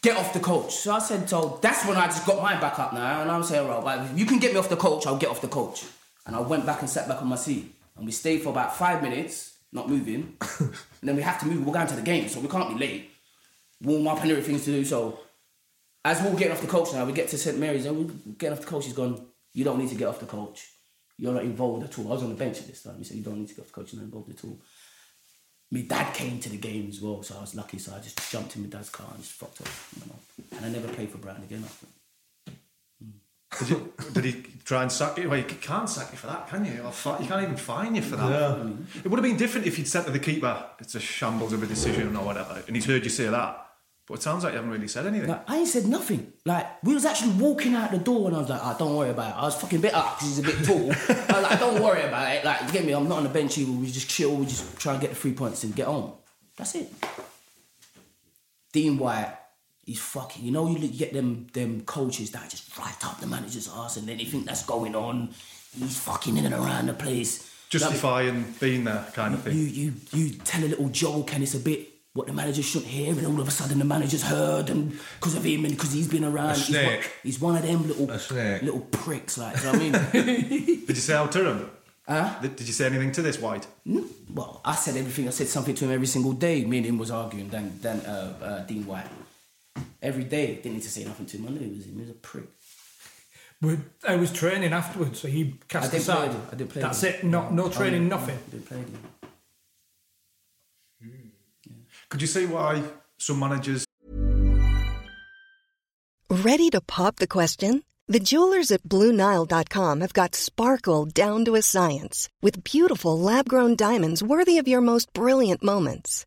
Get off the coach. So I said, so that's when I just got mine back up now. And I'm saying, right, well, if you can get me off the coach, I'll get off the coach. And I went back and sat back on my seat. And we stayed for about five minutes, not moving. and then we have to move. We're going to the game, so we can't be late. Warm up and everything's to do. So as we're getting off the coach now, we get to St Mary's and we're getting off the coach. He's gone, you don't need to get off the coach. You're not involved at all. I was on the bench at this time. He said, you don't need to get off the coach. You're not involved at all. My dad came to the game as well, so I was lucky. So I just jumped in my dad's car and just fucked off. and went on. And I never played for Brown again after.
Did, you, did he try and sack you? Well, you can't sack you for that, can you? Or fi- you can't even fine you for that.
Yeah.
It would have been different if you'd said to the keeper, "It's a shambles of a decision" or whatever, and he's heard you say that. But it sounds like you haven't really said anything.
Like, I ain't said nothing. Like, we was actually walking out the door and I was like, ah, don't worry about it. I was fucking bit up because he's a bit tall. I was like, don't worry about it. Like, you get me? I'm not on the bench here. We just chill. We just try and get the three points and get on. That's it. Dean White, he's fucking. You know, you look- you get them them coaches that just right up the manager's ass and anything that's going on, he's fucking in and around the place.
Justifying being there, kind of thing.
You you you tell a little joke and it's a bit what the manager shouldn't hear, and all of a sudden the manager's heard, and because of him and because he's been around,
A
he's one-
snake.
He's, one, of them little little pricks, like. Do you know what I mean?
[LAUGHS] did you say out to him? Did did you say anything to this White?
well, I said everything. I said something to him every single day. Me and him was arguing. Then then uh, uh, Dean White every day didn't need to say nothing to him. I knew it was him. He was a prick.
But I was training afterwards, so he
I
cast
didn't play
aside.
him. I didn't play
That's
him.
it. No, no
I
training,
didn't-
nothing.
I didn't play him.
Could you see why some managers
Ready to pop the question? The jewelers at BlueNile.com have got sparkle down to a science with beautiful lab grown diamonds worthy of your most brilliant moments.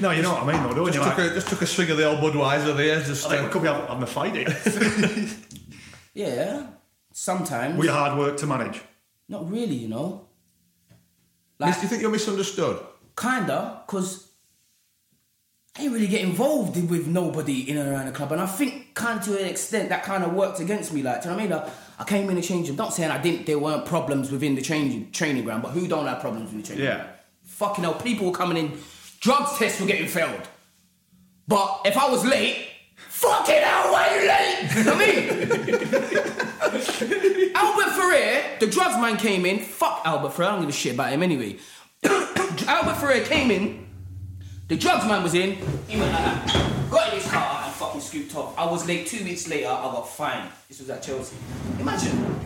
No, you know what I mean, though, don't
just
you?
Took
Like-
a, just took a swig of the old Budweiser there. Just uh,
I think we could be having having a fight [LAUGHS] here.
Yeah, sometimes.
Were you hard work to manage?
Not really, you know. Like,
Do you think you're misunderstood?
Kinda, cause I didn't really get involved in- with nobody in and around the club, and I think kind of to an extent that kind of worked against me. Like, do you know what I mean? Like, I came in the change room. Not saying I didn't. There weren't problems within the training training ground, but who don't have problems in the training?
Yeah.
ground? Fucking hell, people were coming in. Drugs tests were getting failed. But if I was late, fucking hell, why are you late? [LAUGHS] You know what I mean? Albert Ferrer, the drugs man came in. Fuck Albert Ferrer, I don't give a shit about him anyway. [COUGHS] Albert Ferrer came in, the drugs man was in, he went like that, got in his car and fucking scooped off. I was late two weeks later, I got fined. This was at Chelsea. Imagine.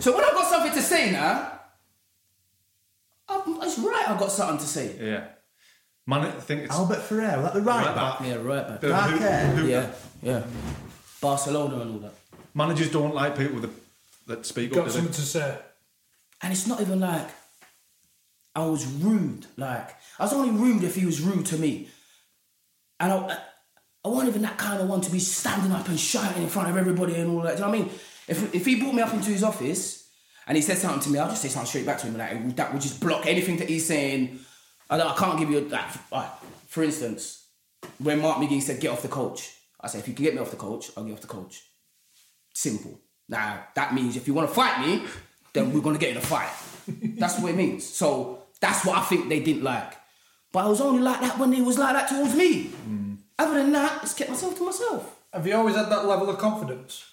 So when I got something to say now, I'm, it's right I got something to say.
Yeah. Man, I think it's.
Albert Ferrer, like the
right Right back? back.
Yeah, right back.
The Right Lu- there. Luca.
Yeah, yeah. Barcelona and all that.
Managers don't like people that, that speak up.
Got
do they?
something to
say.
And it's not even like I was rude. Like I was only rude if he was rude to me. And I, I wasn't even that kind of one to be standing up and shouting in front of everybody and all that. Do you know what I mean? If if he brought me up into his office and he said something to me, I'll just say something straight back to him. Like it would- that would just block anything that he's saying. I, don't- I can't give you a, like, like, for instance, when Mark McGee said, get off the coach, I said, if you can get me off the coach, I'll get off the coach. Simple. Now, that means if you want to fight me, then we're going to get in a [LAUGHS] fight. That's what it means. So that's what I think they didn't like. But I was only like that when they was like that towards me. Other than that, it's kept myself to myself.
Have you always had that level of confidence?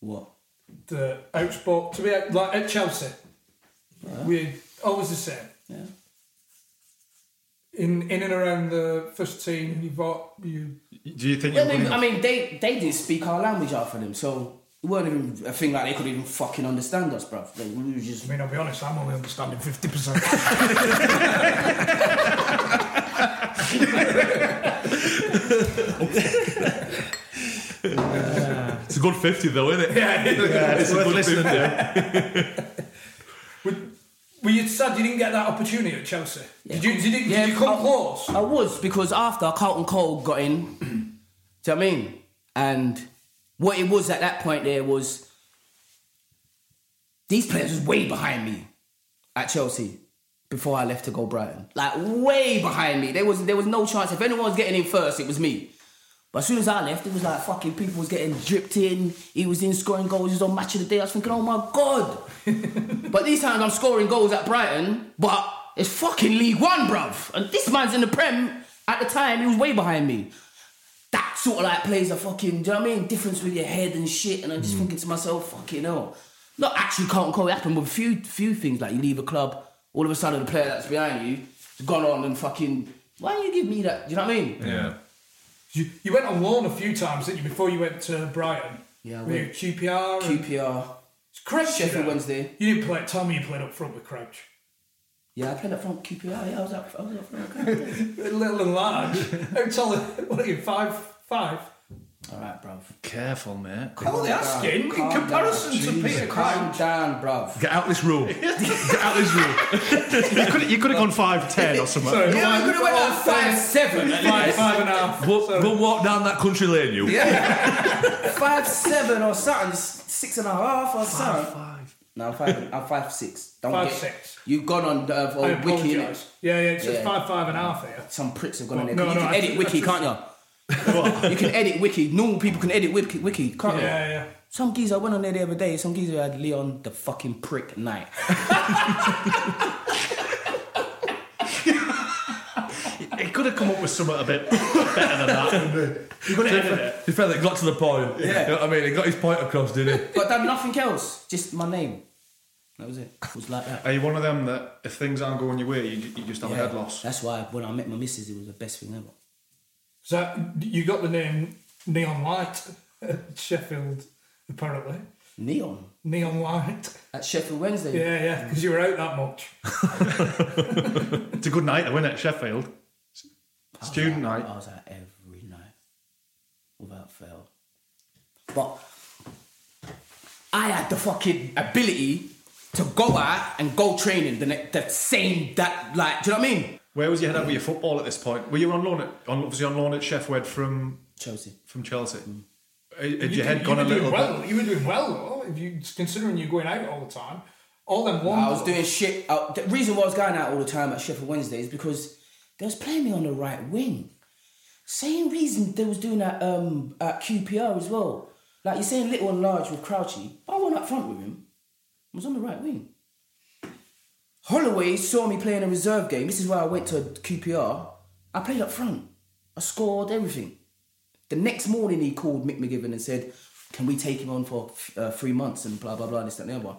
What?
The outspoken to be out- like at Chelsea. We're always the same.
Yeah.
In in and around the first team, you've got you.
Do you think?
Well, they- I mean, they, they didn't speak our language out for them, so it weren't even a thing like they could even fucking understand us, bruv. They, we were just.
I mean, I'll be honest, I'm only understanding
[LAUGHS]
fifty percent.
it's a good 50 though, isn't it?
Yeah,
it's, a good 50.
Were you sad you didn't get that opportunity at Chelsea? Did you? Did you, did you come
I,
close?
I was because after Carlton Cole got in, [CLEARS THROAT] do you know what I mean? And what it was at that point there was these players was way behind me at Chelsea before I left to go Brighton. Like way behind me. There was there was no chance. If anyone was getting in first, it was me. But as soon as I left, it was like fucking people was getting dripped in. He was in scoring goals. He was on match of the day. I was thinking, oh my god. But these times I'm scoring goals at Brighton, but it's fucking League One, bruv. And this man's in the Prem. At the time, he was way behind me. That sort of like plays a fucking, do you know what I mean? Difference with your head and shit. And I'm just thinking to myself, fucking hell. Not actually can't call it happen with a few, few things. Like you leave a club, all of a sudden the player that's behind you has gone on and fucking, why you give me that? Do you know what I mean?
Yeah. You, you went on loan a few times, didn't you, before you went to Brighton?
Yeah, I
Were you
went-
QPR? and-
QPR.
It's Crouch.
Sheffield
you know?
Wednesday.
You didn't play. Tell me you played up front with Crouch.
Yeah, I played up front QPR. Yeah, I was up, I was up front.
Little and large. How tall? [LAUGHS] What are you? Five, five.
All right, bruv.
Careful, mate.
I'm only asking in
Calm down.
comparison to
Jesus,
Peter
Calm
Crouch.
down, bruv.
Get out this room. Get out this room. you could you could have gone five ten or something.
Sorry,
Yeah, we could have went like five seven. at
Five,
least.
five and a half.
Go, go walk down that country lane, you.
five seven or something, s- six and a half or something. No, I'm five. I'm five six. Don't
Five,
get,
six.
You've gone on uh,
I
old wiki.
apologise. Yeah, yeah, it says five, five and a half here.
Some pricks have gone on
Well,
there.
no,
you
no,
can
I
edit
just-
wiki,
I
can't you? you can edit wiki. Normal people can edit wiki, wiki can't
Yeah,
they?
yeah.
Some geezer went on there the other day. Some geezer had Leon the fucking prick
[LAUGHS]
night.
It could have come up with something a bit better than that.
You got
Didn't it?
He felt it got to the point.
Yeah.
You know what I mean? He got his point across, didn't he?
but done nothing else. Just my name. That was it. It was like that.
Are you one of them that if things aren't going your way, you, you just have
Yeah.
a head loss?
That's why when I met my missus, it was the best thing ever.
So you got the name Neon Light at Sheffield, apparently.
Neon
Neon Light.
at Sheffield Wednesday.
Yeah, yeah, because you were out that much.
It's a good night, though, isn't it? Sheffield student night.
I was out every night without fail. But I had the fucking ability to go out and go training the, ne- the same that like do you know what I mean?
Where was your head at with your football at this point? Were you on loan at on, obviously on loan at Sheffield from
Chelsea.
from Chelsea?
Mm.
Uh, Had had
You
your
did-
head
you
gone
were
a little
doing well.
bit?
You were doing well though, if you considering you're going out all the time. All them long.
I was doing shit. Uh, the reason why I was going out all the time at Sheffield Wednesday is because they was playing me on the right wing. Same reason they was doing that um, at QPR as well. Like you're saying, little and large with Crouchy. I went up front with him. I was on the right wing. Holloway saw me playing a reserve game. This is why I went to QPR. I played up front. I scored everything. The next morning, he called Mick McGiven and said, "Can we take him on for uh, three months and blah blah blah this that, and the other."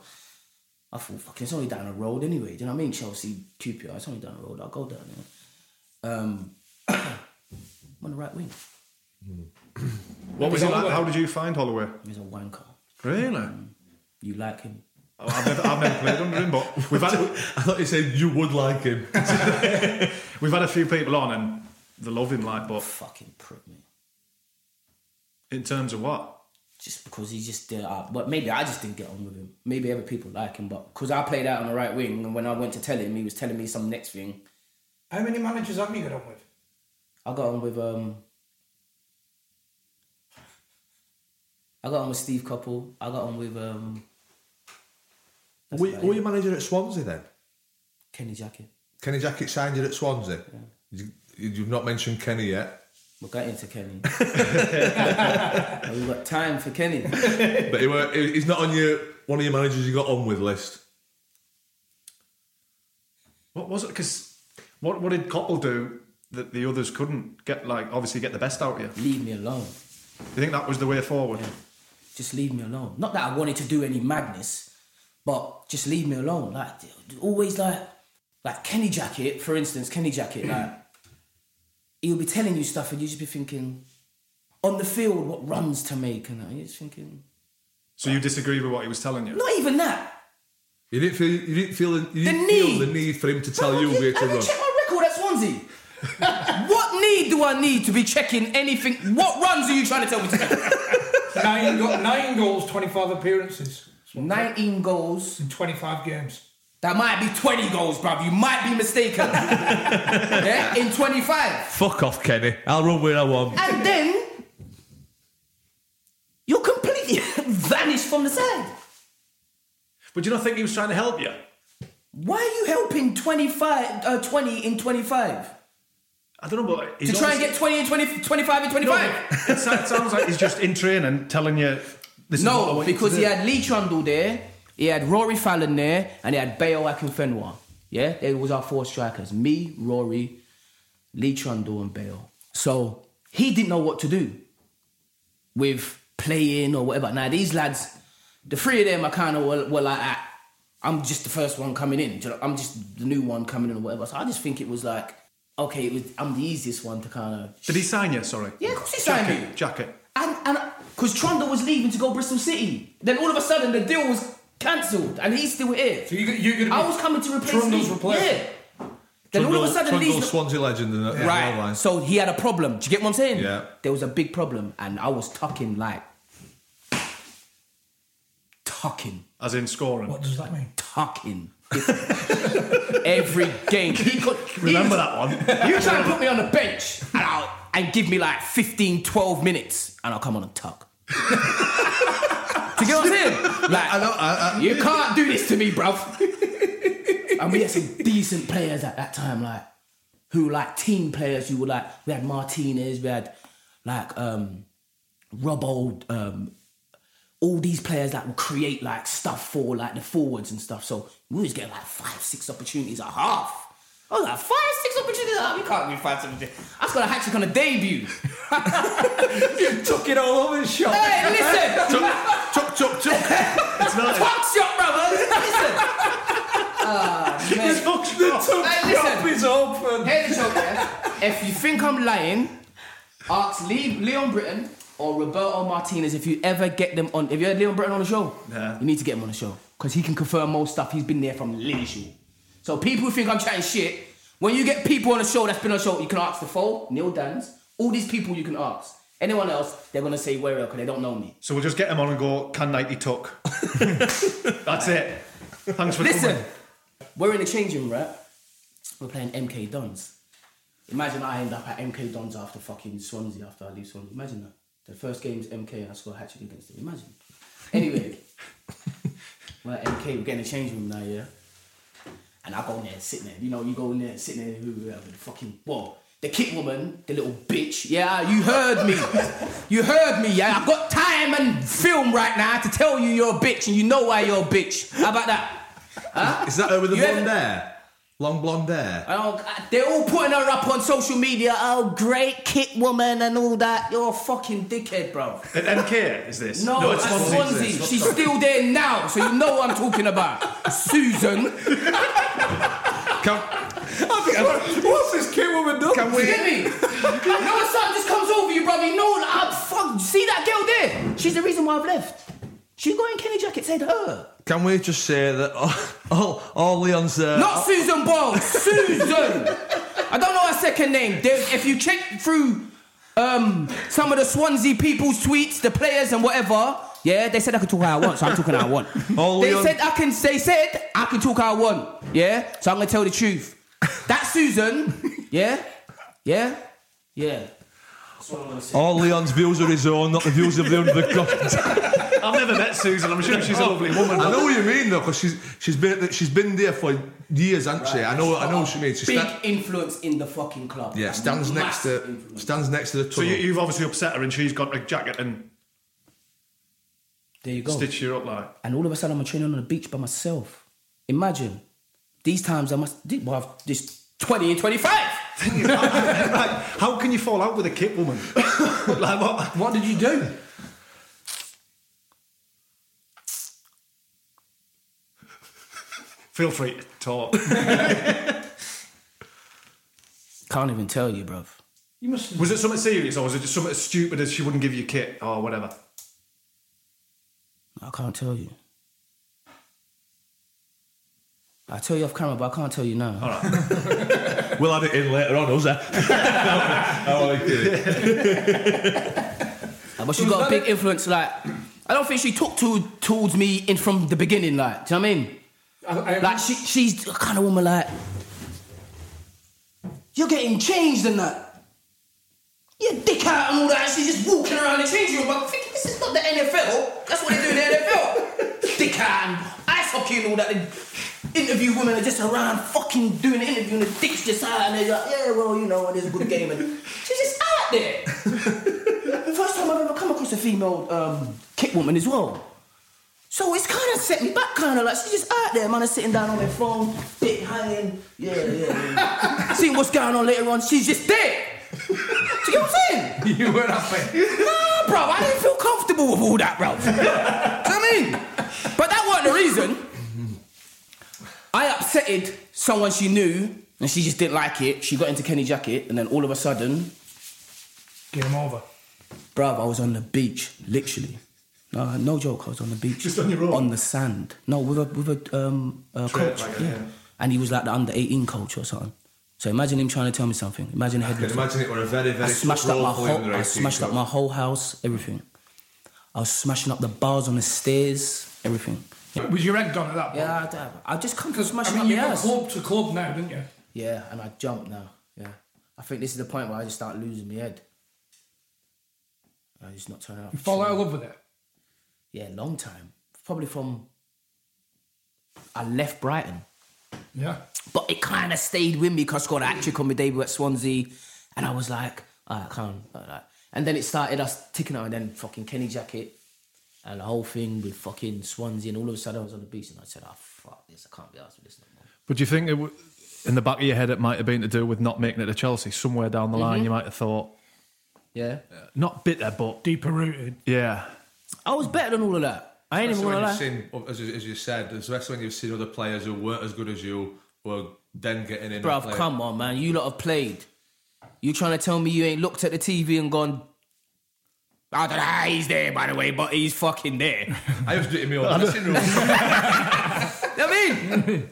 I thought, fucking, it's only down the road anyway. Do you know what I mean? Chelsea, QPR, it's only down the road. I'll go down there. Um, [COUGHS] I'm on the right wing.
What was it
Is
like?
Holloway-
How did you find Holloway?
He's a wanker.
Really?
You like him?
Oh, I've never, I've never played under him, but we've had
I thought you said you would like him.
we've had a few people on and they love him, like. But
Fucking prick, me.
in terms of what,
Just because he's just there. Uh, but maybe I just didn't get on with him. Maybe other people like him, but because I played out on the right wing, and when I went to tell him, he was telling me some next thing.
How many managers have you got
[LAUGHS]
on with?
I got on with um. I got on with Steve Couple. I got on with um
Were,
about
were you manager at Swansea then?
Kenny Jacket.
Kenny Jackett signed you at Swansea. You, you've not mentioned Kenny yet.
We're getting to Kenny. Have we got time for Kenny?
but he were, he- he's not on your one of your managers you got on with list.
What was it? Because what, what did Coppell do that the others couldn't get? Like, obviously, get the best out of you.
Leave me alone.
You think that was the way forward?
Just leave me alone. Not that I wanted to do any madness, but just leave me alone. Like always, like like Kenny Jacket, for instance, Kenny Jacket, like he'll be telling you stuff and you just be thinking on the field what runs to make, and that. you're just thinking
So you disagree with what he was telling you?
not even that.
You didn't feel you didn't feel the, you didn't feel the need for him to tell you where to
Have you
run.
checked my record at Swansea? [LAUGHS] what need do I need to be checking anything? What runs are you trying to tell me to make?
[LAUGHS]
nine, go- nine goals, 25 appearances.
19 goals.
In 25 games.
That might be 20 goals, bruv. You might be mistaken. [LAUGHS] yeah? In 25.
Fuck off, Kenny. I'll run where I want.
And then you completely [LAUGHS] vanish from the side.
But do you not think he was trying to help you?
Why are you helping 25, uh, 20 in 25?
I don't know, but
To try and get 20 in 20, 25 in 25?
[LAUGHS] it sou- it sounds like he's just in training, telling you. This is what I
No,
want you to
because
do.
he had Lee Trundle there, he had Rory Fallon there, and he had Bayo Akinfenwa. Yeah, they was our four strikers. Me, Rory, Lee Trundle, and Bayo. So he didn't know what to do with playing or whatever. Now these lads, the three of them are kind of were, were like, ah, I'm just the first one coming in. Do you know, I'm just the new one coming in or whatever. So I just think it was like, okay, it was, I'm the easiest one to kind of.
Did he sign you? Sorry.
Yeah, of course he signed
jacket,
me.
Jacket.
And and because Trundle was leaving to go Bristol City, then all of a sudden the deal was cancelled, and he's still here. So
you you gonna
I was coming to replace
Trundle's
Lee.
replacement.
Yeah. Then all of a sudden
Trundle,
Lee's
Swansea legend in the in the
right.
line.
So he had a problem. Do you get what I'm saying?
Yeah.
There was a big problem, and I was tucking like tucking.
As in scoring. What
does that mean?
Tucking. [LAUGHS] Every game. He could, he-
Remember that one.
[LAUGHS]
You try and put me on the bench and, I'll, and give me like 15, 12 minutes and I'll come on and tuck. Do you get what I'm saying? Like, you can't do this to me, bruv. and we had some decent players at that time, like, who like team players. You were like, we had Martinez, we had like um, Robbo, um, all these players that will create like stuff for like the forwards and stuff. So we was getting like five, six opportunities a half. I was like, five, six opportunities a half. You can't give five, six opportunities. I was gonna hatch on a debut. [LAUGHS] you took it all over the shop. Hey, [LAUGHS] listen!
Chuck, chuck, chuck.
It's not.
Fuck shot, brother. [LAUGHS] Listen. Ah, man.
The tuck shop.
Hey,
shop is open.
Here's the joke, yeah? If you think I'm lying, ask Le- Leon Britton or Roberto Martinez if you ever get them on. If you had Leon Britton on the show, you need to get him on the show because he can confirm more stuff. He's been there from Liverpool. So people who think I'm chatting shit, when you get people on the show that's been on the show, you can ask the foe, Neil Dans, all these people you can ask. Anyone else, they're gonna say where because they don't know me.
So we'll just get him on and go, can Nike [LAUGHS] tuck? That's it. Thanks for
Listen,
coming.
we're in the changing room, right? We're playing MK Dons. Imagine I end up at MK Dons after fucking Swansea after I leave Swansea. Imagine that. The first game's MK and I score a hat trick against them. Imagine. Anyway, we're at MK, we're getting a changing room now, yeah? And I go in there and sit there. You know, you go in there and sit there and the fucking whoa. The kit woman, the little bitch, yeah, you heard me. you heard me, yeah. I've got time and film right now to tell you you're a bitch and you know why you're a bitch. How about that? Huh?
Is that her with the
You
blonde
ever-
hair? Long blonde hair.
Oh, they're all putting her up on social media. Oh, great kit woman and all that. You're a fucking dickhead, bro.
At MK, is this?
No,
it's
at
Swansea,
Swansea.
is this?
She's still there now, so you know what I'm talking about. Susan.
Come. What's this kid woman doing? Can
Do you get me? you know when something just comes over you, brother. You know, like, ah, fuck, see that girl there? She's the reason why I've left. She got in Kenny Jacket, said her.
Can we just say that all, all, all Leon's uh,
Not Susan Bowles, Susan. I don't know her second name. There- if you check through um, some of the Swansea people's tweets, the players and whatever, yeah, they said I could talk how I want, so I'm talking how
[LAUGHS]
I want.
All
they
Leon-
said I can. They said I can talk how I want, yeah. So I'm gonna tell the truth. That Susan, yeah, yeah, yeah.
All Leon's views are his own, not the views of the under
[LAUGHS]
the
I've never met Susan. I'm sure she's a lovely woman.
I know [LAUGHS] what you mean though, because she's she's been at- she's been there for years, hasn't she? I know I know what she means. She
Big
sta-
influence in the fucking club.
yeah, stands next to stands next to the
So
tunnel.
you, you've obviously upset her, and she's got a jacket and
There you go.
stitched you up like.
And all of a sudden, I'm training on the beach by myself. Imagine. These times I must. di- Well, I've this 20 and 25.
How can you fall out with a kit [LAUGHS] woman? like what?
What did you do?
Feel free to talk.
Can't even tell you, bruv.
You must. Was it something serious, or was it just something as stupid as she wouldn't give you kit or whatever?
I can't tell you. I tell you off camera, but I can't tell you now. All
right.
We'll add it in later on, [LAUGHS] us. [LAUGHS]
but she got a big influence. Like, I don't think she took to towards me in from the beginning. Like, do you know what I mean? like, she, she's the kind of woman like, you're getting changed and that. You're dick out and all that. She's just walking around the changing room. I'm thinking, this is not the NFL. That's what they do in the [LAUGHS] NFL. dick out and ice hockey and all that. They interview women are just around fucking doing the interview and the dick's just out and they're like, yeah, well, you know, it is a good game. And she's just out [LAUGHS] there. First time I've ever come across a female um, kick woman as well. So it's kind of set me back, kind of like she's just out there, man, is sitting down on their phone, dick hanging, yeah, yeah, yeah. See what's going on later on, she's just there. Do you get what I'm saying? You were happy. Nah, bro, I didn't feel comfortable with all that, bro. Do you know what I mean? But that wasn't the reason. I upsetted someone she knew, and she just didn't like it. She got into Kenny Jacket, and then all of a sudden,
Game over.
Bruv, I was on the beach, literally. No, no joke. I was on the beach,
Just on your own?
on the sand. No, with a with a um uh,
Trip,
coach,
like a-
yeah.
yeah.
And he was like the under eighteen coach or something. So imagine him trying to tell me something. Imagine a
I
head.
can imagine it were a very,
I
very
smashed up
role
my
for him in
whole.
the
I
18
smashed up
club.
my whole house, everything. I was smashing up the bars on the stairs, everything. Yeah.
Was your egg gone at that point?
Yeah, I, I just come to smash
I mean,
up
you
my
got
ass.
club to club now, didn't you?
Yeah, and I jump now. Yeah, I think this is the point where I just start losing my head. I just not turning up.
You fall out of love with it.
Yeah, long time. Probably from I left Brighton.
Yeah.
But it kind of stayed with me because I scored a hat trick on my debut at Swansea, and I was like, "Ah, I can't. ah, ah." And then it started us ticking out, and then fucking Kenny Jacket, and the whole thing with fucking Swansea, and all of a sudden I was on the beach, and I said, "Ah, fuck this! I can't be asked with this."
But do you think it w- in the back of your head it might have been to do with not making it to Chelsea? Somewhere down the line,
Mhm.
you might have thought,
Yeah,
not bitter, but
deeper rooted.
Yeah.
I was better than all of that. I ain't even
Especially
gonna lie.
when you've seen, as, you- as you said, especially when you've seen other players who weren't as good as you were then getting in.
Bruv, come on, man. You lot have played. You trying to tell me you ain't looked at the TV and gone, I don't know how he's there, by the way, but he's fucking there.
I was doing my own dressing room.
[LAUGHS] You know what I mean?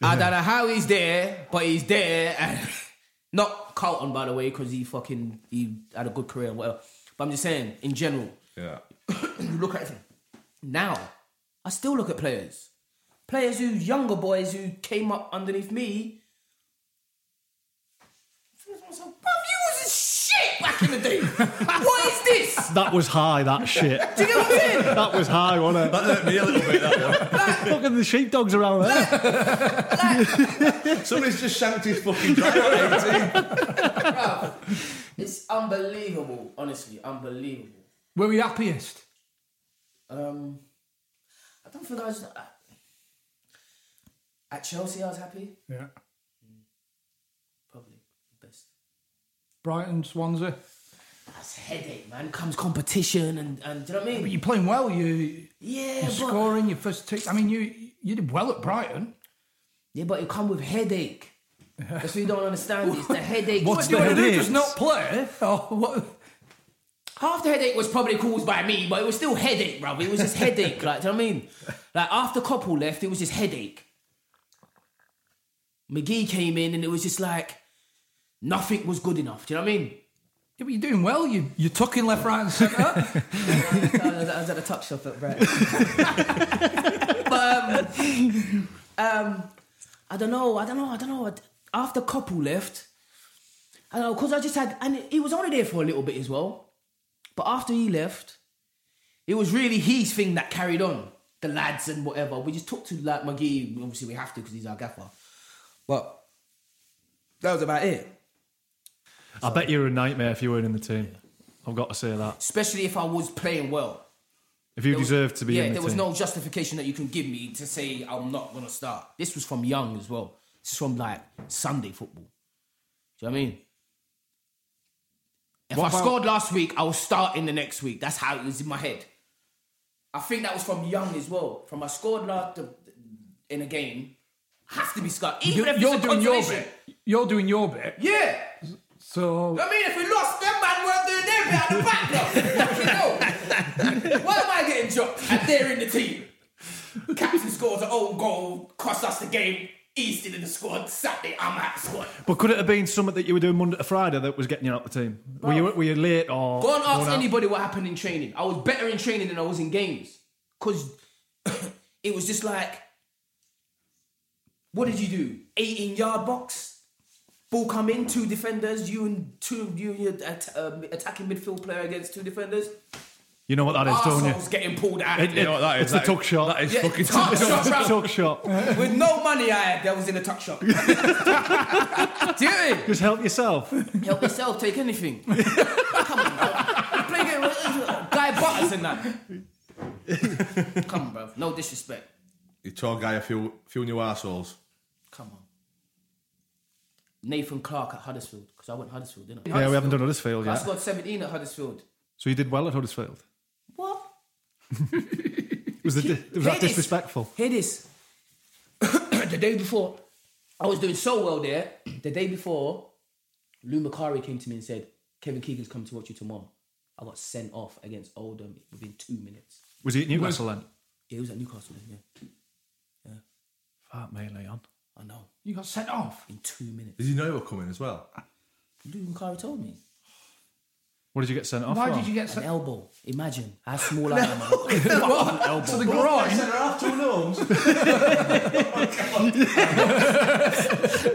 I don't know how he's there, but he's there. And [LAUGHS] not Carlton, by the way, because he fucking, he had a good career and whatever. But I'm just saying, in general,
Yeah.
[CLEARS THROAT] you look at it now. I still look at players. Players who, younger boys who came up underneath me. I was like, Bruv, you was a shit back in the [LAUGHS] day. what is this?
That was
[LAUGHS]
high, that shit.
Do you know what I'm saying?
That was high, wasn't it? That hurt me a little bit, that one. [LAUGHS] Look at the sheepdogs around there.
Somebody's just shanked his fucking driver.
It's unbelievable, honestly, unbelievable.
Were we happiest?
Um, I don't think I was uh, at Chelsea. I was happy,
Yeah.
probably the best.
Brighton, Swansea.
That's headache, man. Comes competition, and, and do you know what I mean?
But you're playing well. You
yeah,
you're
but-
scoring your first two. I mean, you you did well at Brighton.
Yeah, but it come with headache. That's what you don't understand.
[LAUGHS]
It's the headache.
What's
do you
the
wanna do?
headache?
Just not play.
Oh,
Or what? Half the headache was probably caused by me, but it was still headache, bro. It was just headache. Like, do you know what I mean? Like after Coppell left, it was just headache. McGee came in, and it was just like nothing was good enough. Do you know what I mean?
Yeah, but you're doing well. You you're tucking left, right, and [LAUGHS] centre.
I was, I was at a tuck shop at Brett. [LAUGHS] but um, um, I don't know. I don't know. I don't know. After Couple left, I know, because I just had, and he was only there for a little bit as well. But after he left, it was really his thing that carried on. The lads and whatever. We just talked to like McGee. Obviously, we have to because he's our gaffer. But that was about it.
I bet you were a nightmare if you weren't in the team. I've got to say that.
Especially if I was playing well.
If you
There was-
deserved to be
yeah,
in the
there
team.
was no justification that you can give me to say I'm not gonna start. This was from young as well. This is from like Sunday football. Do you know what I mean? If
What
I
about-
scored last week, I will start in the next week. That's how it was in my head. I think that was from young as well. From I scored last in a game, have to be start. Even if it's
you're
a
doing your
consolation.
bit. You're doing your bit.
Yeah.
So
I mean, if we lost, them man weren't doing their bit at the back though. Fucking hell. Why am I getting dropped? And they're in the team. Captain scores an own goal, cost us the game. Easton in the squad. Saturday, I'm out of the squad.
But could it have been something that you were doing Monday to Friday that was getting you out of the team? Were you were you late or?
Go and ask
worn out?
anybody what happened in training. I was better in training than I was in games. Because [COUGHS] it was just like, what did you do? 18 yard box? Ball come in, two defenders, you and two, you and your at, um, attacking midfield player against two defenders.
You know what that is, don't you?
Arseholes getting pulled out.
It- it- It's the tuck shot. That
is Yeah, fucking tuck tuck shot, shot, bro.
tuck shot.
[LAUGHS] With no money I had, that was in a tuck [LAUGHS] shop. Do you?
Just help yourself.
Help yourself, take anything. [LAUGHS] Come on, bro. You play game with Guy Butters and that. Come on, bro. No disrespect.
You [LAUGHS] tall guy, a few, few new arseholes.
Come on. Nathan Clark at Huddersfield, because I went Huddersfield, didn't I?
Yeah, we haven't done Huddersfield
I
yet.
scored 17 at Huddersfield.
So you did well at Huddersfield.
What?
Was, the, was that
Hear this.
disrespectful?
Hear this. [COUGHS] the day before, I was doing so well there. The day before, Lou Macari came to me and said, Kevin Keegan's coming to watch you tomorrow. I got sent off against Oldham within two minutes.
Was he at Newcastle then?
Yeah, he was at Newcastle then, yeah.
Fuck me, Leon.
I know.
You got sent off?
In two minutes.
Did you know you were coming as well?
Lou Macari told me.
What did you get sent off? for?
An elbow. Imagine how small I am. [LAUGHS]
[LAUGHS]
Fucking elbow.
So the groin-
Sent her off
[LAUGHS]
two nose.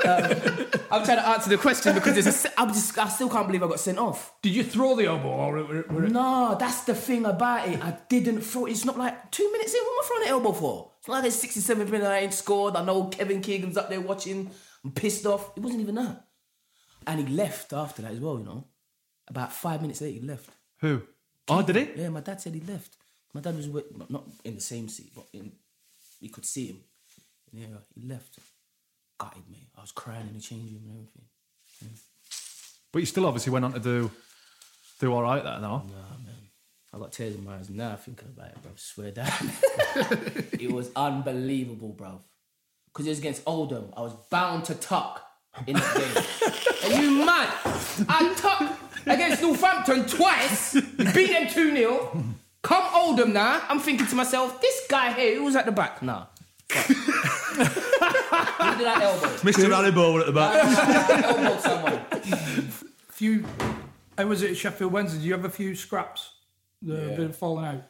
Um, I'm trying to answer the question because there's a se- I'm just, I still can't believe I got sent off.
Did you throw the elbow or were it, were it-
No, that's the thing about it. I didn't throw. It's not like two minutes in. What am I throwing an elbow for? It's not like there's 67 minutes I ain't scored. I know Kevin Keegan's up there watching. I'm pissed off. It wasn't even that. And he left after that as well. You know, about five minutes later he left.
Who? Oh, did he?
Yeah, my dad said he left. My dad was with, not- not in the same seat, but in you could see him. Yeah, he left. Gutted me. I was crying in the change room and everything.
But you still obviously went on to do do all right there, though.
Nah, man. I got tears in my eyes now thinking about it, bro. Swear down. [LAUGHS] it was unbelievable, bro. Because it was against Oldham. I was bound to tuck in that game. Are you mad? I tucked against Northampton twice, beat them 2 0. Come Oldham now. I'm thinking to myself, this guy here, who was at the back? Nah. [LAUGHS] Who did I elbow?
Mr. Haribo at the back.
elbowed someone.
few. I was at Sheffield Wednesday. Do you have a few scraps that have been falling out?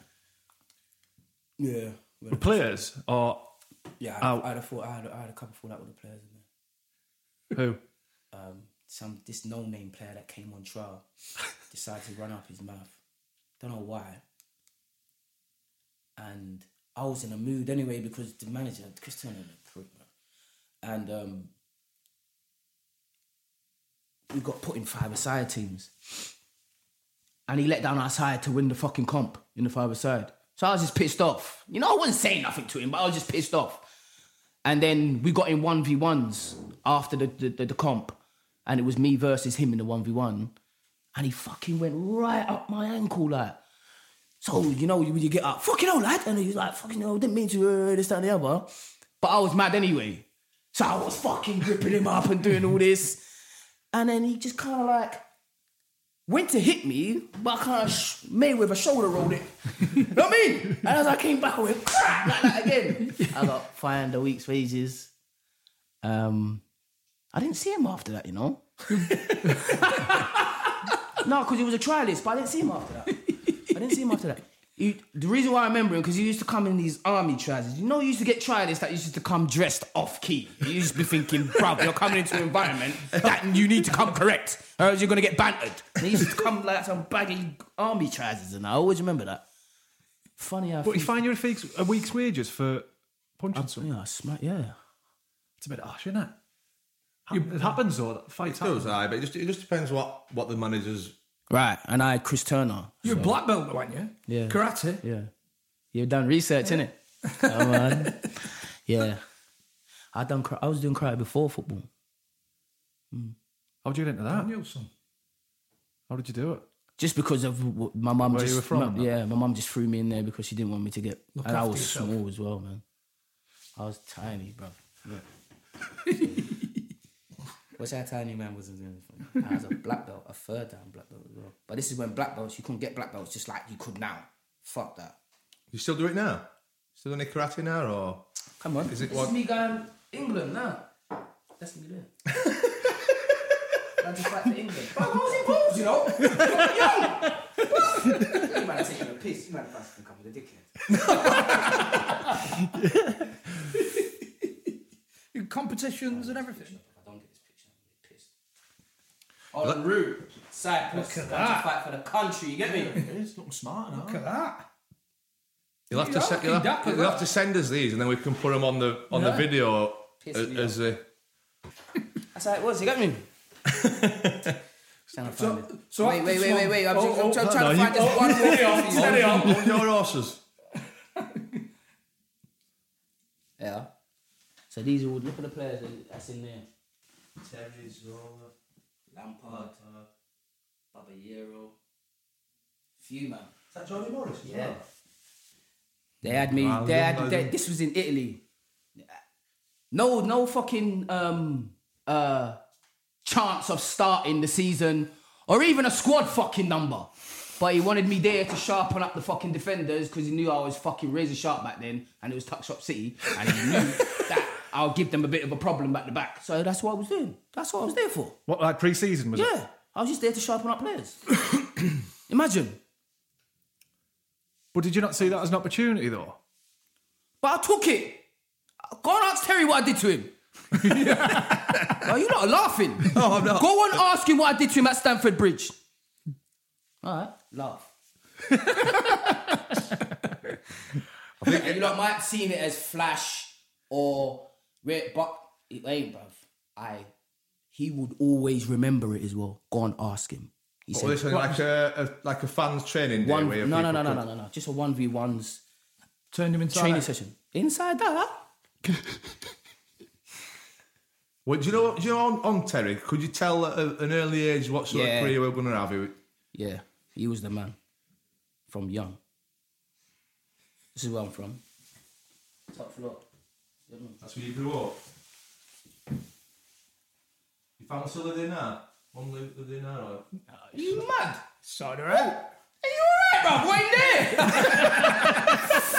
Yeah.
With players or
Yeah,
Out.
I, I'd have thought I had, I had a couple fall out with the players in there.
who?
um, some this no name player that came
[LAUGHS]
on trial decided to run up his mouth. Don't know why. And I was in a mood anyway because the manager, Cristiano, a prick, man. and um, we got put in five-a-side teams. And he let down our side to win the fucking comp in the five-a-side. So I was just pissed off. You know, I wasn't saying nothing to him, but I was just pissed off. And then we got in 1v1s after the, the, the, the comp. And it was me versus him in the 1v1. And he fucking went right up my ankle, like. So, you know, when you get up, fucking hell, lad. And he was like, fucking hell, didn't mean to, uh, this, that, and the other. But I was mad anyway. So I was fucking gripping him up and doing all this. And then he just kind of like went to hit me, but I kind of sh- Mayweather shoulder rolled it. you know what I mean? And as I came back, I went, crap, like that again. [LAUGHS] I got fined a week's wages. Um, I didn't see him after that, you [LAUGHS] know. no, because he was a trialist, but I didn't see him after that. I didn't see him after that. He, the reason why I remember him because he used to come in these army trousers. You know, he used to get trialists that used to come dressed off key. You used to be thinking, bruv, you're coming into an environment that you need to come correct, or else you're gonna get bantered. And he used to come like some baggy army trousers, and I always remember that. Funny how.
But you find your week's, a week's wages for punching someone.
Yeah, yeah.
It's a bit harsh, isn't it? it happens though. That
It
fights happen.
does, aye, but it just, it just depends what, what the manager's.
Right, and I had Chris Turner.
You're a black belt, weren't you?
Yeah.
Karate.
Yeah. You've done research, innit? Come
[LAUGHS]
on. Yeah. I done. Cry- I was doing karate before football.
How'd you get into that?
Danielson.
How did you do it?
Just because of w- my mum.
Where you
just,
were from,
my- yeah, my mum just threw me in there because she didn't want me to get.
Look
and I
after
was
yourself.
small as well, man. I was tiny, bro.
[LAUGHS]
What's how tiny man was in there? I was a black belt, a third down black belt as well. But this is when black belts you couldn't get black belts just like you could now. Fuck that.
You still do it now? Still doing karate now, or
come on?
Is it
this
what?
is me going England now. That's me there. I just like to England. But I was involved, [LAUGHS] you know. Yo, you might have taken a piss. You might have passed a couple of dickheads.
In competitions and everything.
On route, Cyprus,
Look at
going to
that.
fight for the country. You get me?
It's looking smart now.
Look at that.
You'll have to
Yeah,
send. You'll
fucking
have,
dapper,
you'll
that.
have to send us these, and then we can put them on the on the
Yeah.
video
Piss
as,
me
as a.
That's how it was. You get [LAUGHS] me? Trying to find it.
so
wait,
after
wait,
this
wait, wait,
one-
wait. I'm,
Oh,
just,
oh,
I'm trying,
no,
trying
you-
to
oh,
find this one more.
carry on,
thing.
carry on.
On your
[LAUGHS]
horses.
Yeah. So these are all look at the players that- that's in there.
Terry, Zola,
Lampard, Baba Yero, few man.
Is that Johnny Morris?
Yeah. They had me.
Wow,
they had,
young
they,
lad.
this was in Italy. No, no fucking um, uh, chance of starting the season or even a squad fucking number. But he wanted me there to sharpen up the fucking defenders because he knew I was fucking razor sharp back then, and it was Tuck Shop City, and he [LAUGHS] knew that I'll give them a bit of a problem at the back. So that's what I was doing. That's what I was there for.
What like pre-season was
Yeah, I was just there to sharpen up players. [COUGHS] Imagine.
But did you not see that as an opportunity though?
But I took it. Go and ask Terry what I did to [LAUGHS] him. Are you not laughing? No, I'm not. Go and ask him what I did to him at Stamford Bridge. All right, [LAUGHS] laugh. And you lot might have seen it as Flash or Red, but it ain't, bruv. I. He would always remember it as well. Go and ask him. He
What, this one, like a, a like a fans training day.
one,
where
no, no, no,
people
no, no,
could-
no, no. Just a one v ones
Turned him inside.
training session inside that.
Well, do you know? Do you know on, on Terry? Could you tell at a- an early age what sort
Yeah.
of career we're going to have? He-
Yeah, he was the man from young. This is where I'm from. Top floor.
That's where you grew up. Your family still live there now? Mum live live there now? Or?
You mad?
Side her out.
Hey, bruv, what in there?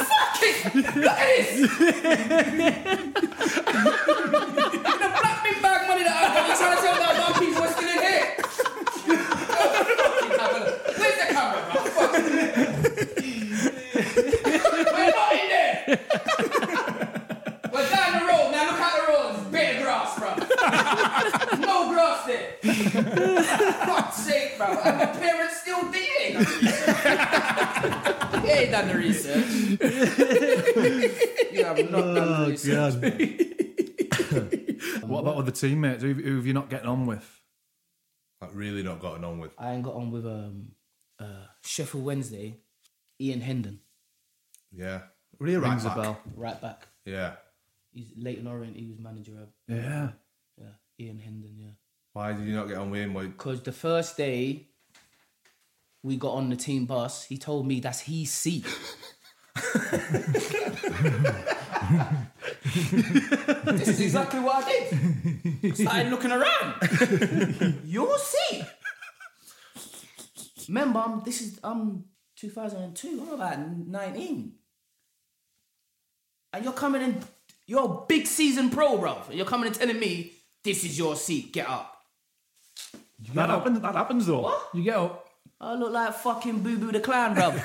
Fuck it! Look at this! the black bin bag money that I've got, you trying to tell me that my people are still in here? Where's the camera, bro? Fuck. We're not in there! We're down the road, now look at the road, it's bare grass, bro. No grass there. Fuck's sake, bro. And my parents still there. You ain't done the research. you have not done the research.
[LAUGHS] what about other teammates? Who, who have you not getting on with?
Like really not gotten on with.
[LAUGHS] I ain't got on with um, uh, Sheffield Wednesday, Ian Hendon,
Yeah. Were you right
Rings a
back?
bell.
right back.
Yeah.
He's Leighton Orient. He was manager of.
Yeah.
Yeah, Ian Hendon. Yeah.
Why did you not get on with him? Why-
Because the first day we got on the team bus, he told me that's his seat. [LAUGHS] this is exactly what I did. I started looking around. [LAUGHS] Your seat. Remember, I'm, this is um 2002. I'm about 19, and you're coming in. You're a big season pro, bro. You're coming and telling me this is your seat. Get up.
That happens. That happens though.
What?
You get up.
I look like fucking Boo Boo the Clown, bro.
[LAUGHS]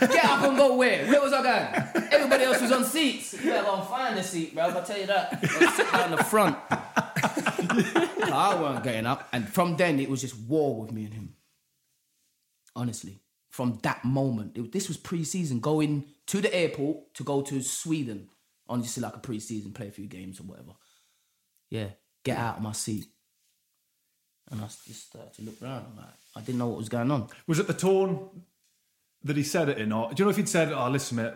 Get up and go where? Where was I going? Everybody else was on seats. You better go and find a seat, bro. I'll tell you that. Or sit down
[LAUGHS]
the front. I weren't getting up. And from then, it was just war with me and him. Honestly. From that moment. It- this was pre season, going to the airport to go to Sweden on just like a pre season, play a few games or whatever. Yeah, get out of my seat. And I just started to look around. I'm like, I didn't know what was going on.
Was it the tone that he said it in, or do you know if he'd said, "Oh, listen, mate,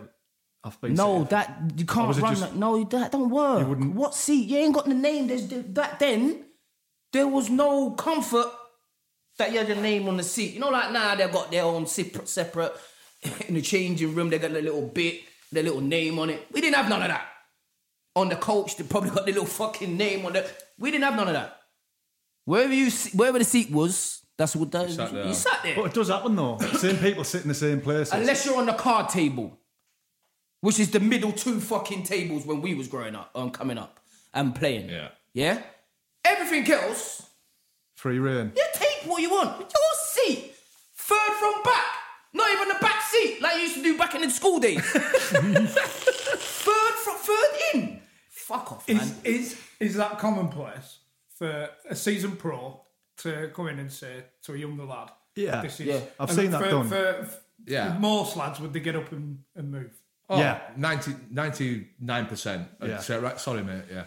I've been."
No,
sick."
that you
Or
can't
was it
run
just-
that. No, that don't work. What seat? You ain't got the name. There's the- that then. There was no comfort that you had your name on the seat. You know, like now they've got their own separate, separate [LAUGHS] in the changing room. They got their little bit, their little name on it. We didn't have none of that. On the coach, they probably got their little fucking name on the. We didn't have none of that. Wherever you, se- wherever the seat was, that's what that, you sat there.
But it does happen though. same people sit in the same places.
Unless you're on the card table, which is the middle two fucking tables when we was growing up, um, coming up and playing. Yeah. Yeah. Everything else,
free reign.
you take what you want. Your seat, third from back, not even the back seat like you used to do back in the school
[LAUGHS]
days. third from third in. Fuck off, man.
Is, is, is that commonplace for a season pro to come in and say to a younger lad,
Yeah.
this is,
Yeah. I've
and
seen that
for,
done.
For, for
Yeah.
most lads, would they get up and, and move?
Oh, 99 percent. Uh,
Yeah.
right. Sorry, mate. Yeah.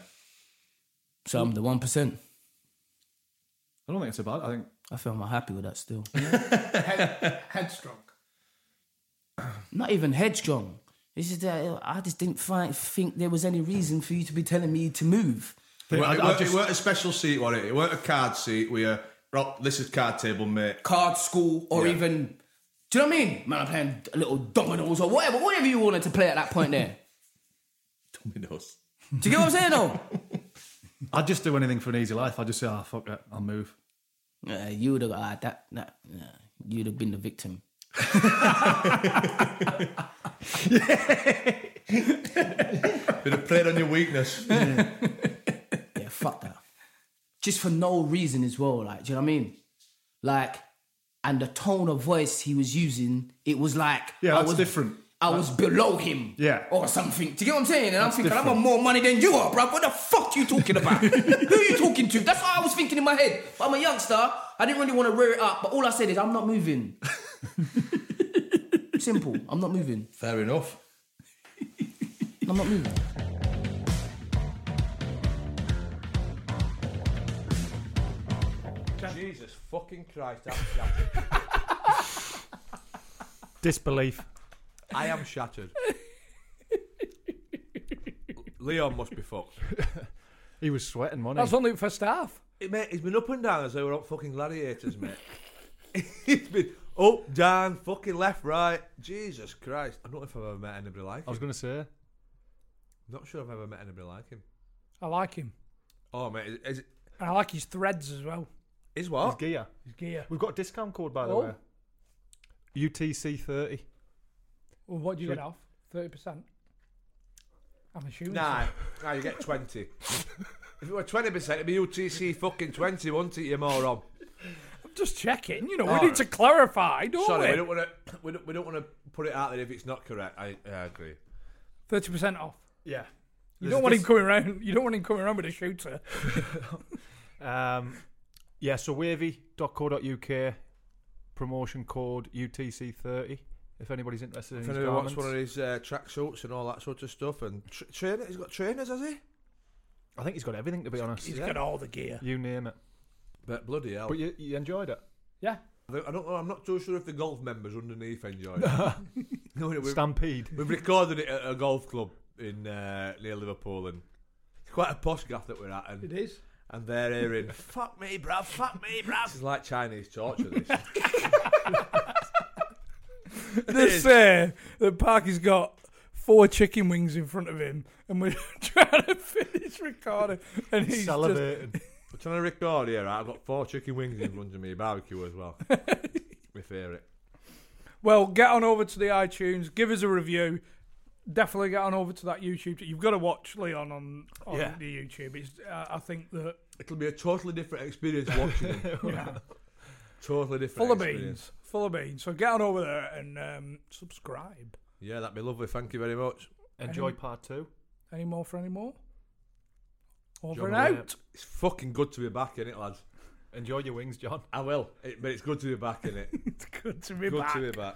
So I'm the one percent.
I don't think it's a bad. I think
I feel I'm happy with that still.
Headstrong.
not even headstrong. It's just that I just didn't find, think there was any reason for you to be telling me to move.
it, weren't, it weren't a special seat, was it? It weren't a card seat. We are. Rob, this is card table, mate. [LAUGHS]
Card school, or even. Do you know what I mean? Man, I'm playing a little dominoes or whatever, whatever you wanted to play at that point there.
dominoes.
Do you get what I'm saying [LAUGHS] though?
I'd just do anything for an easy life. I'd just say, "Ah, fuck it, I'll move."
Uh, you would have uh, that, that nah, you'd have been the victim.
Bit of played on your weakness.
Yeah, fuck that. Just for no reason as well, like, do you know what I mean? Like, and the tone of voice he was using, it was like
Yeah,
I
that's
was,
different.
I was below him.
Yeah.
Or something. Do you get what I'm saying? And I'm
That's
thinking, I've
different.
got more money than you are, bro. What the fuck you talking
[LAUGHS]
about? Who you talking to? That's what I was thinking in my head. But I'm a youngster. I didn't really want to rear it up. But all I said is, I'm not
[LAUGHS]
moving. Simple. I'm not moving.
Fair enough.
I'm not moving.
Jesus fucking Christ, I'm shattered.
Disbelief.
I am shattered. Leon must be fucked.
He was sweating, wasn't
That's
he?
only for staff.
Hey, mate, he's been up and down as though we're on fucking gladiators, [LAUGHS] mate. he's been up, down, fucking left, right. Jesus Christ. I don't know if I've ever met anybody like him.
I was going to say.
Not sure I've ever met anybody like him.
I like him.
Oh, mate, is, is,
And I like his threads as well.
is
His
what?
gear.
His gear.
We've got a discount code by the
Oh.
way. UTC thirty.
Well, what do you
Should-
get off? 30%? I'm assuming.
Nah,
so.
nah, you get 20. if it were 20%, it'd be UTC fucking 20, wouldn't it, you moron?
I'm just checking. You know,
All
we need to clarify, don't
Sorry, we
we?
don't want to we don't, we don't want to put it out there if it's not correct. I, I agree.
30% off.
Yeah.
You
There's
don't want
this-
him coming around. You don't want him coming around with a shooter.
Um, yeah, so wavy.co.uk promotion code UTC30 if anybody's interested in
If
his
anyone wants
garments.
one of his uh, tracksuits and all that sort of stuff, and tra- trainer, he's got trainers, has he?
I think he's got everything to be honest.
He's Oh. got
all the [LAUGHS] gear.
You name it.
But bloody hell!
But you, you enjoyed it.
Yeah.
I don't- I don't know. I'm not too sure if the golf members underneath
[LAUGHS]
enjoyed it. No, we've-
Stampede.
[LAUGHS] We've recorded it at a golf club in uh, near Liverpool, and it's quite a posh gaff that we're at. And,
It is.
And they're hearing, "Fuck me, bruv! Fuck me, bruv!" This is like Chinese torture. This.
They say that Parky's got four chicken wings in front of him, and we're [LAUGHS] trying to finish recording, and he's just,
[LAUGHS] I'm trying to record here. Right? I've got four chicken wings in front of me, barbecue as well. My favourite.
well, get on over to the iTunes, give us a review. Definitely get on over to that YouTube. You've got to watch Leon on, on
Yeah.
the YouTube. It's, uh, I think that
It'll be a totally different experience watching him. Totally different.
Full of
experience.
beans. Full of beans. So get on over there and um, subscribe.
Yeah, that'd be lovely. Thank you very much.
Enjoy Any-
part two.
Any more for any more? Over
John,
and out.
It's fucking good to be back in it, lads.
Enjoy your wings, John.
I will. It, but it's good to be
[LAUGHS]
back in it. it's
good to be
Good
back.
to be back.